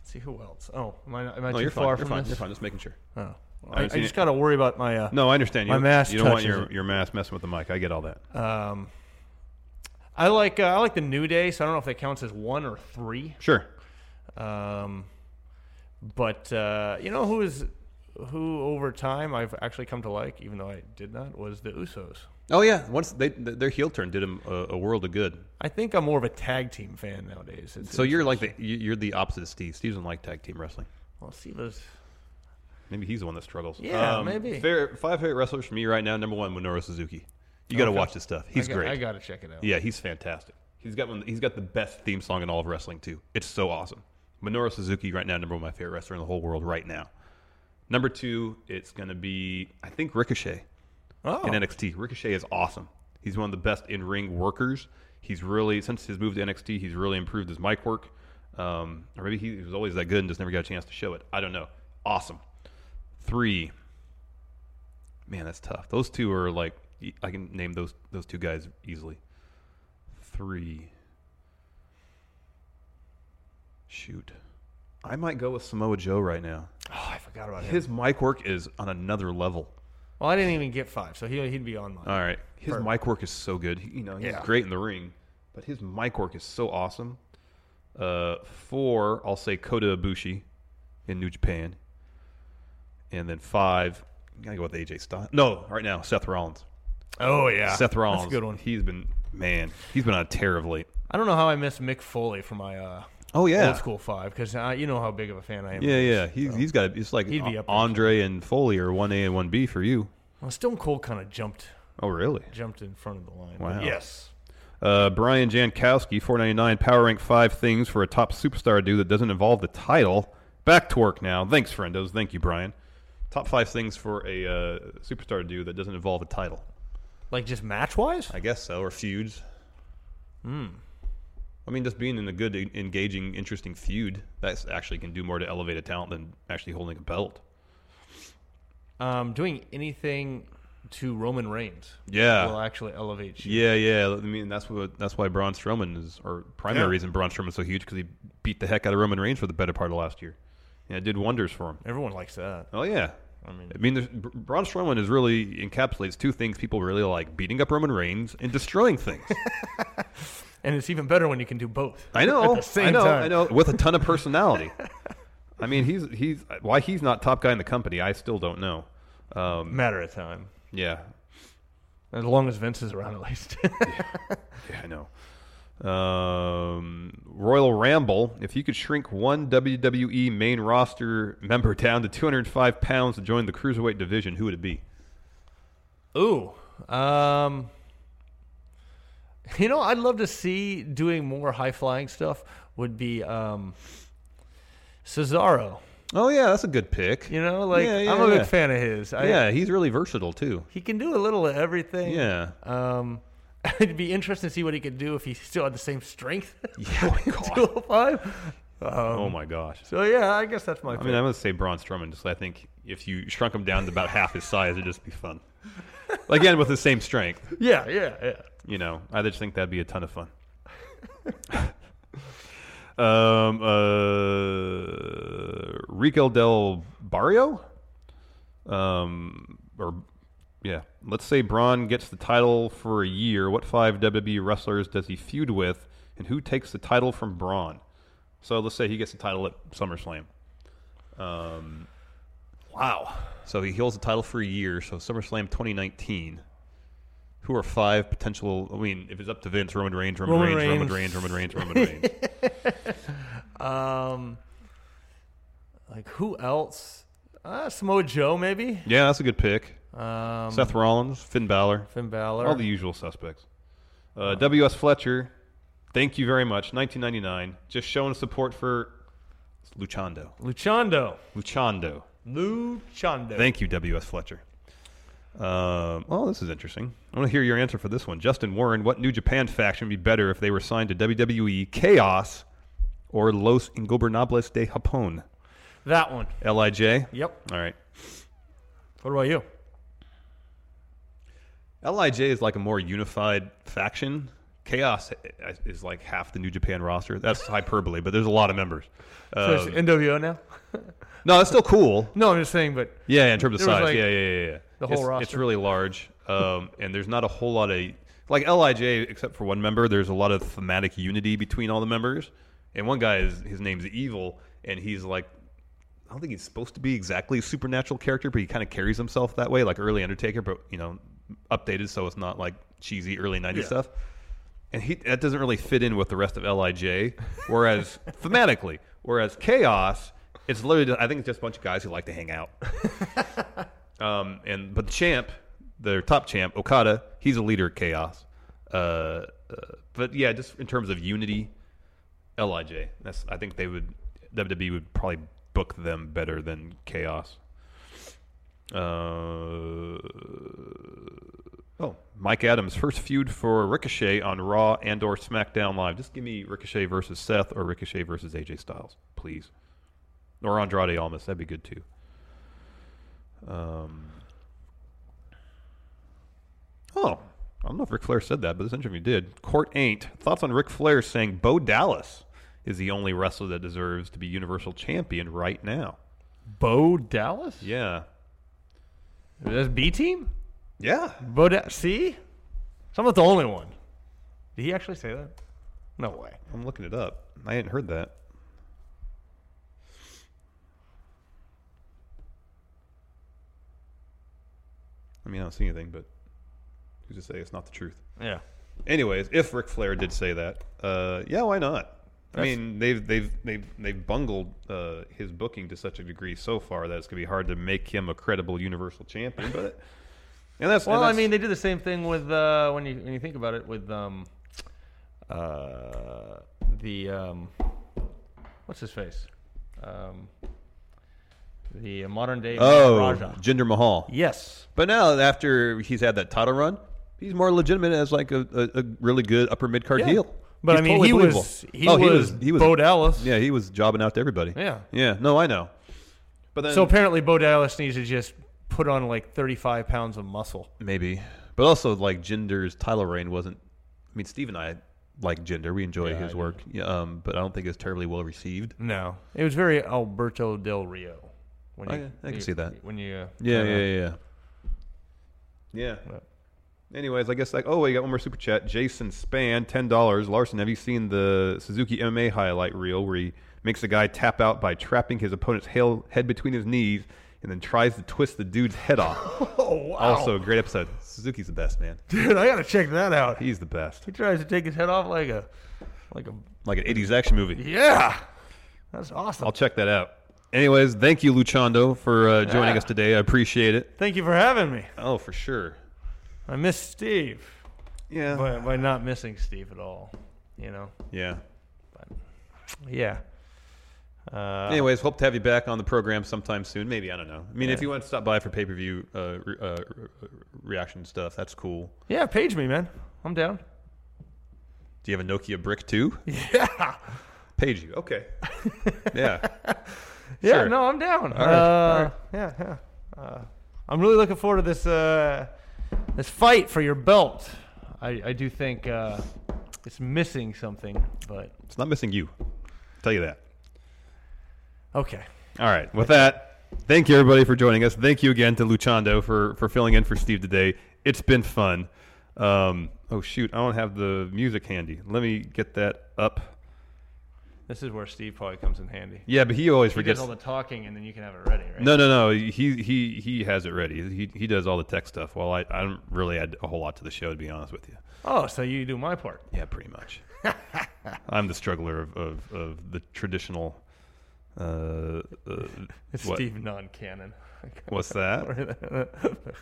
Speaker 8: let's see who else. Oh, am I, am I
Speaker 6: No,
Speaker 8: too
Speaker 6: you're fine.
Speaker 8: far
Speaker 6: You're
Speaker 8: from
Speaker 6: fine.
Speaker 8: this?
Speaker 6: You're fine. Just making sure.
Speaker 8: Oh,
Speaker 6: I
Speaker 8: I, I
Speaker 6: haven't seen
Speaker 8: just
Speaker 6: it.
Speaker 8: got to worry about my. Uh,
Speaker 6: No, I understand. You,
Speaker 8: My mask.
Speaker 6: You don't want
Speaker 8: touches
Speaker 6: your, your mask messing with the mic. I get all that.
Speaker 8: it. Um, I like uh, I like the New Day. So I don't know if that counts as one or three.
Speaker 6: Sure.
Speaker 8: Um, but uh, you know who is who over time I've actually come to like, even though I did not, was the Usos.
Speaker 6: Oh yeah, once they th- their heel turn did him a, a world of good.
Speaker 8: I think I'm more of a tag team fan nowadays. It's-
Speaker 6: So
Speaker 8: it's-
Speaker 6: you're like the you- you're the opposite of Steve. Steve doesn't like tag team wrestling.
Speaker 8: well, see those.
Speaker 6: Maybe he's the one that struggles.
Speaker 8: Yeah, maybe.
Speaker 6: fair- five favorite wrestlers for me right now. Number one, Minoru Suzuki. You got to
Speaker 8: Okay.
Speaker 6: watch this stuff.
Speaker 8: I
Speaker 6: He's
Speaker 8: got-
Speaker 6: great.
Speaker 8: I gotta check it out.
Speaker 6: Yeah, he's fantastic. He's got one. He's got the best theme song in all of wrestling too. It's so awesome. Minoru Suzuki right now, number one, my favorite wrestler in the whole world right now. Number two, it's gonna be I think Ricochet
Speaker 8: Oh.
Speaker 6: in NXT. Ricochet is awesome. He's one of the best in ring workers. He's really since his move to NXT, he's really improved his mic work. Um, or maybe he was always that good and just never got a chance to show it. I don't know. Awesome. Three. Man, that's tough. Those two are like e- I can name those those two guys easily. Three. Shoot. I might go with Samoa Joe right now.
Speaker 8: Oh, I forgot about
Speaker 6: His
Speaker 8: him.
Speaker 6: mic work is on another level.
Speaker 8: Well, I didn't even get five, so he he'd be on mine.
Speaker 6: All right. His
Speaker 8: Perfect.
Speaker 6: mic work is so good. He- you know, he's
Speaker 8: Yeah.
Speaker 6: great in the ring, but his mic work is so awesome. Uh, four, I'll say Kota Ibushi in New Japan. And then five, gotta go with AJ Styles. No, right now, Seth Rollins.
Speaker 8: Oh yeah,
Speaker 6: Seth Rollins.
Speaker 8: That's a good one.
Speaker 6: He's been man. He's been on a tear of late.
Speaker 8: I don't know how I miss Mick Foley from my uh,
Speaker 6: Oh, yeah.
Speaker 8: old school five because you know how big of a fan I am.
Speaker 6: Yeah, yeah. He's he's got it's like
Speaker 8: He'd be up there.
Speaker 6: Andre and Foley are one A and one B for you.
Speaker 8: Well, Stone Cold kind of jumped.
Speaker 6: Oh, really?
Speaker 8: Jumped in front of the line.
Speaker 6: Wow.
Speaker 8: Yes.
Speaker 6: Uh, Brian Jankowski, 499, power rank five things for a top superstar do that doesn't involve the title. Back to work now. Thanks, friendos. Thank you, Brian. Top five things for a uh, superstar to do that doesn't involve a title.
Speaker 8: Like just match wise?
Speaker 6: I guess so, or feuds.
Speaker 8: Hmm.
Speaker 6: I mean, just being in a good, en- engaging, interesting feud, that actually can do more to elevate a talent than actually holding a belt.
Speaker 8: Um, doing anything to Roman Reigns.
Speaker 6: Yeah.
Speaker 8: Will actually elevate you.
Speaker 6: Yeah, yeah. I mean, that's what that's why Braun Strowman is, or primary
Speaker 8: Yeah.
Speaker 6: reason Braun Strowman's so huge because he beat the heck out of Roman Reigns for the better part of last year. And it did wonders for him.
Speaker 8: Everyone likes that.
Speaker 6: Oh yeah.
Speaker 8: I mean,
Speaker 6: I mean, there's- Br- Braun Strowman is really encapsulates two things people really like: beating up Roman Reigns and destroying things.
Speaker 8: and it's even better when you can do both.
Speaker 6: I
Speaker 8: <laughs> At
Speaker 6: know,
Speaker 8: the same
Speaker 6: I know,
Speaker 8: time.
Speaker 6: I know, with a ton of personality. I mean, he's he's why he's not top guy in the company. I still don't know. Um,
Speaker 8: Matter of time.
Speaker 6: Yeah,
Speaker 8: As long as Vince is around, at least. <laughs>
Speaker 6: <laughs> yeah, I know. Um, Royal Ramble. If you could shrink one WWE main roster member down to 205 pounds to join the cruiserweight division, who would it be?
Speaker 8: Ooh. Um, you know, I'd love to see doing more high flying stuff would be um, Cesaro.
Speaker 6: Oh yeah, that's a good pick.
Speaker 8: You know, like
Speaker 6: Yeah, yeah,
Speaker 8: I'm a
Speaker 6: yeah.
Speaker 8: big fan of his. I,
Speaker 6: yeah, he's really versatile too.
Speaker 8: he can do a little of everything.
Speaker 6: Yeah.
Speaker 8: Um, <laughs> it'd be interesting to see what he could do if he still had the same strength. <laughs> Yeah, my God. 205. Um,
Speaker 6: oh my gosh.
Speaker 8: So yeah, I guess that's my.
Speaker 6: I
Speaker 8: pick.
Speaker 6: mean, I'm gonna say Braun Strowman. Just I think if you shrunk him down to about half his size, it'd just be
Speaker 8: <laughs>
Speaker 6: fun. Again, with the same strength.
Speaker 8: yeah, yeah, yeah.
Speaker 6: You know, I just think that'd be a ton of fun. <laughs> um, uh, Rico del Barrio, um, or yeah, let's say Braun gets the title for a year. What five WWE wrestlers does he feud with, and who takes the title from Braun? So let's say he gets the title at SummerSlam. Um, wow. So he holds the title for a year. So SummerSlam 2019. Who are five potential? I mean, if it's up to Vince, Roman Reigns, Roman,
Speaker 8: Roman
Speaker 6: Reigns, Roman Reigns,
Speaker 8: Reigns.
Speaker 6: Roman Reigns, Roman Reigns.
Speaker 8: <laughs> Um, like who else? Uh, Samoa Joe, maybe.
Speaker 6: yeah, that's a good pick.
Speaker 8: Um,
Speaker 6: Seth Rollins, Finn Balor,
Speaker 8: Finn Balor.
Speaker 6: all the usual suspects. Uh, W.S. Fletcher, thank you very much. 1999, just showing support for Luchando.
Speaker 8: Luchando.
Speaker 6: Luchando.
Speaker 8: Luchando.
Speaker 6: Thank you, W.S. Fletcher. Um, well, this is interesting. I want to hear your answer for this one. Justin Warren, what New Japan faction would be better if they were signed to WWE Chaos or Los Ingobernables de Japón?
Speaker 8: That one.
Speaker 6: L.I.J.?
Speaker 8: Yep.
Speaker 6: All right.
Speaker 8: What about you?
Speaker 6: Lij is like a more unified faction. Chaos i- is like half the New Japan roster. That's <laughs> hyperbole, but there's a lot of members.
Speaker 8: So it's
Speaker 6: Um,
Speaker 8: NWO now. <laughs>
Speaker 6: no, it's still cool.
Speaker 8: No, I'm just saying, but
Speaker 6: Yeah, in terms of
Speaker 8: there was,
Speaker 6: size.
Speaker 8: like,
Speaker 6: yeah, yeah, yeah, yeah.
Speaker 8: The whole
Speaker 6: it's,
Speaker 8: roster.
Speaker 6: It's really large, um, and there's not a whole lot of like Lij, except for one member. There's a lot of thematic unity between all the members, and one guy is his name's Evil, and he's like. I don't think he's supposed to be exactly a supernatural character, but he kind of carries himself that way, like early Undertaker, but you know, updated so it's not like cheesy early '90s
Speaker 8: Yeah.
Speaker 6: stuff. And he that doesn't really fit in with the rest of Lij. Whereas <laughs> thematically, whereas Chaos, it's literally just- I think it's just a bunch of guys who like to hang out. Um, and but the champ, their top champ, Okada, he's a leader of chaos. Uh, uh, but yeah, just in terms of unity, Lij. That's I think they would WWE would probably book them better than chaos. Uh, oh, Mike Adams first feud for Ricochet on Raw and or SmackDown Live. Just give me Ricochet versus Seth or Ricochet versus AJ Styles, please. Or Andrade Almas, that'd be good too. Um, oh, I don't know if Ric Flair said that, but this interview did. Court ain't. Thoughts on Ric Flair saying Bo Dallas is the only wrestler that deserves to be Universal Champion right now.
Speaker 8: Bo Dallas.
Speaker 6: Yeah.
Speaker 8: That's B team.
Speaker 6: Yeah.
Speaker 8: Bo da- See, so I'm not the only one. Did he actually say that? No way.
Speaker 6: I'm looking it up. I hadn't heard that. I mean, I don't see anything, but Who's to say it's not the truth?
Speaker 8: Yeah.
Speaker 6: Anyways, if Ric Flair did say that, uh, yeah, why not? I
Speaker 8: That's-
Speaker 6: mean, they've they've they've they've bungled uh, his booking to such a degree so far that it's gonna be hard to make him a credible Universal Champion. But and that's
Speaker 8: well,
Speaker 6: and that's-
Speaker 8: I mean, they did the same thing with uh, when you when you think about it with um, uh, the um, what's his face, um, the uh, modern day
Speaker 6: Oh,
Speaker 8: Raja.
Speaker 6: Jinder Mahal.
Speaker 8: Yes.
Speaker 6: But now after he's had that title run, he's more legitimate as like a, a, a really good upper mid card
Speaker 8: Yeah.
Speaker 6: heel.
Speaker 8: But
Speaker 6: He's
Speaker 8: I mean, he
Speaker 6: believable. Oh,
Speaker 8: was- he was Bo Dallas.
Speaker 6: Yeah, he was jobbing out to everybody.
Speaker 8: Yeah.
Speaker 6: yeah. No, I know. But then
Speaker 8: so apparently, Bo Dallas needs to just put on like 35 pounds of muscle.
Speaker 6: maybe. But also like Jinder's title reign wasn't. I mean, Steve and I like Jinder. We enjoy
Speaker 8: Yeah, I
Speaker 6: his
Speaker 8: do.
Speaker 6: work. Yeah, um, but I don't think it's terribly well received.
Speaker 8: No, it was very Alberto Del Rio. When
Speaker 6: I, Oh, I can see that.
Speaker 8: When you uh,
Speaker 6: yeah,
Speaker 8: kinda-
Speaker 6: yeah, yeah, yeah. Anyways, I guess like oh, we got one more super chat. Jason Span, ten dollars. Larson, have you seen the Suzuki MMA highlight reel where he makes a guy tap out by trapping his opponent's hail, head between his knees and then tries to twist the dude's head off?
Speaker 8: Oh, <laughs> wow.
Speaker 6: Also, great episode. Suzuki's the best man.
Speaker 8: dude, I gotta check that out.
Speaker 6: He's the best.
Speaker 8: He tries to take his head off like a like a
Speaker 6: Like an '80s action movie.
Speaker 8: yeah. That's awesome.
Speaker 6: I'll check that out. Anyways, thank you, Luchando, for uh, joining
Speaker 8: Yeah.
Speaker 6: us today. I appreciate it.
Speaker 8: Thank you for having me.
Speaker 6: Oh, for sure.
Speaker 8: I miss Steve.
Speaker 6: Yeah.
Speaker 8: By, by not missing Steve at all, you know.
Speaker 6: Yeah.
Speaker 8: Yeah. Uh,
Speaker 6: Anyways, hope to have you back on the program sometime soon. Maybe I don't know. I mean, if
Speaker 8: Yeah.
Speaker 6: you want to stop by for pay per view uh, re- uh, re- reaction stuff, that's cool.
Speaker 8: Yeah, page me, man. I'm down.
Speaker 6: Do you have a Nokia brick too?
Speaker 8: Yeah.
Speaker 6: Page you.
Speaker 8: <laughs>
Speaker 6: Okay. yeah.
Speaker 8: Yeah,
Speaker 6: Sure.
Speaker 8: no, I'm down.
Speaker 6: All right,
Speaker 8: Uh,
Speaker 6: all right.
Speaker 8: Yeah, yeah. Uh, I'm really looking forward to this uh, this fight for your belt. I, I do think uh, it's missing something, but
Speaker 6: It's not missing you. tell you that.
Speaker 8: okay.
Speaker 6: All right. With that, thank you everybody for joining us. Thank you again to Luchando for for filling in for Steve today. It's been fun. Um, oh shoot, I don't have the music handy. Let me get that up.
Speaker 8: This is where Steve probably comes in handy.
Speaker 6: Yeah, but he always
Speaker 8: he
Speaker 6: forgets-
Speaker 8: does all the talking, and then you can have it ready, right?
Speaker 6: No, no, no. He he he has it ready. He he does all the tech stuff. Well, I I don't really add a whole lot to the show to be honest with you.
Speaker 8: Oh, so you do my part?
Speaker 6: Yeah, pretty much. <laughs> I'm the struggler of of, of the traditional. Uh, uh, what?
Speaker 8: Steve non-canon.
Speaker 6: What's that?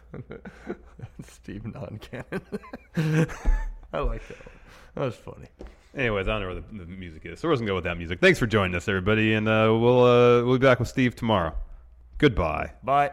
Speaker 8: <laughs> Steve non-canon. <laughs> I like that. One. That was funny.
Speaker 6: Anyways, I don't know where the, the music is, so we're just gonna go with that music. Thanks for joining us, everybody, and uh, we'll uh, we'll be back with Steve tomorrow. Goodbye.
Speaker 8: Bye.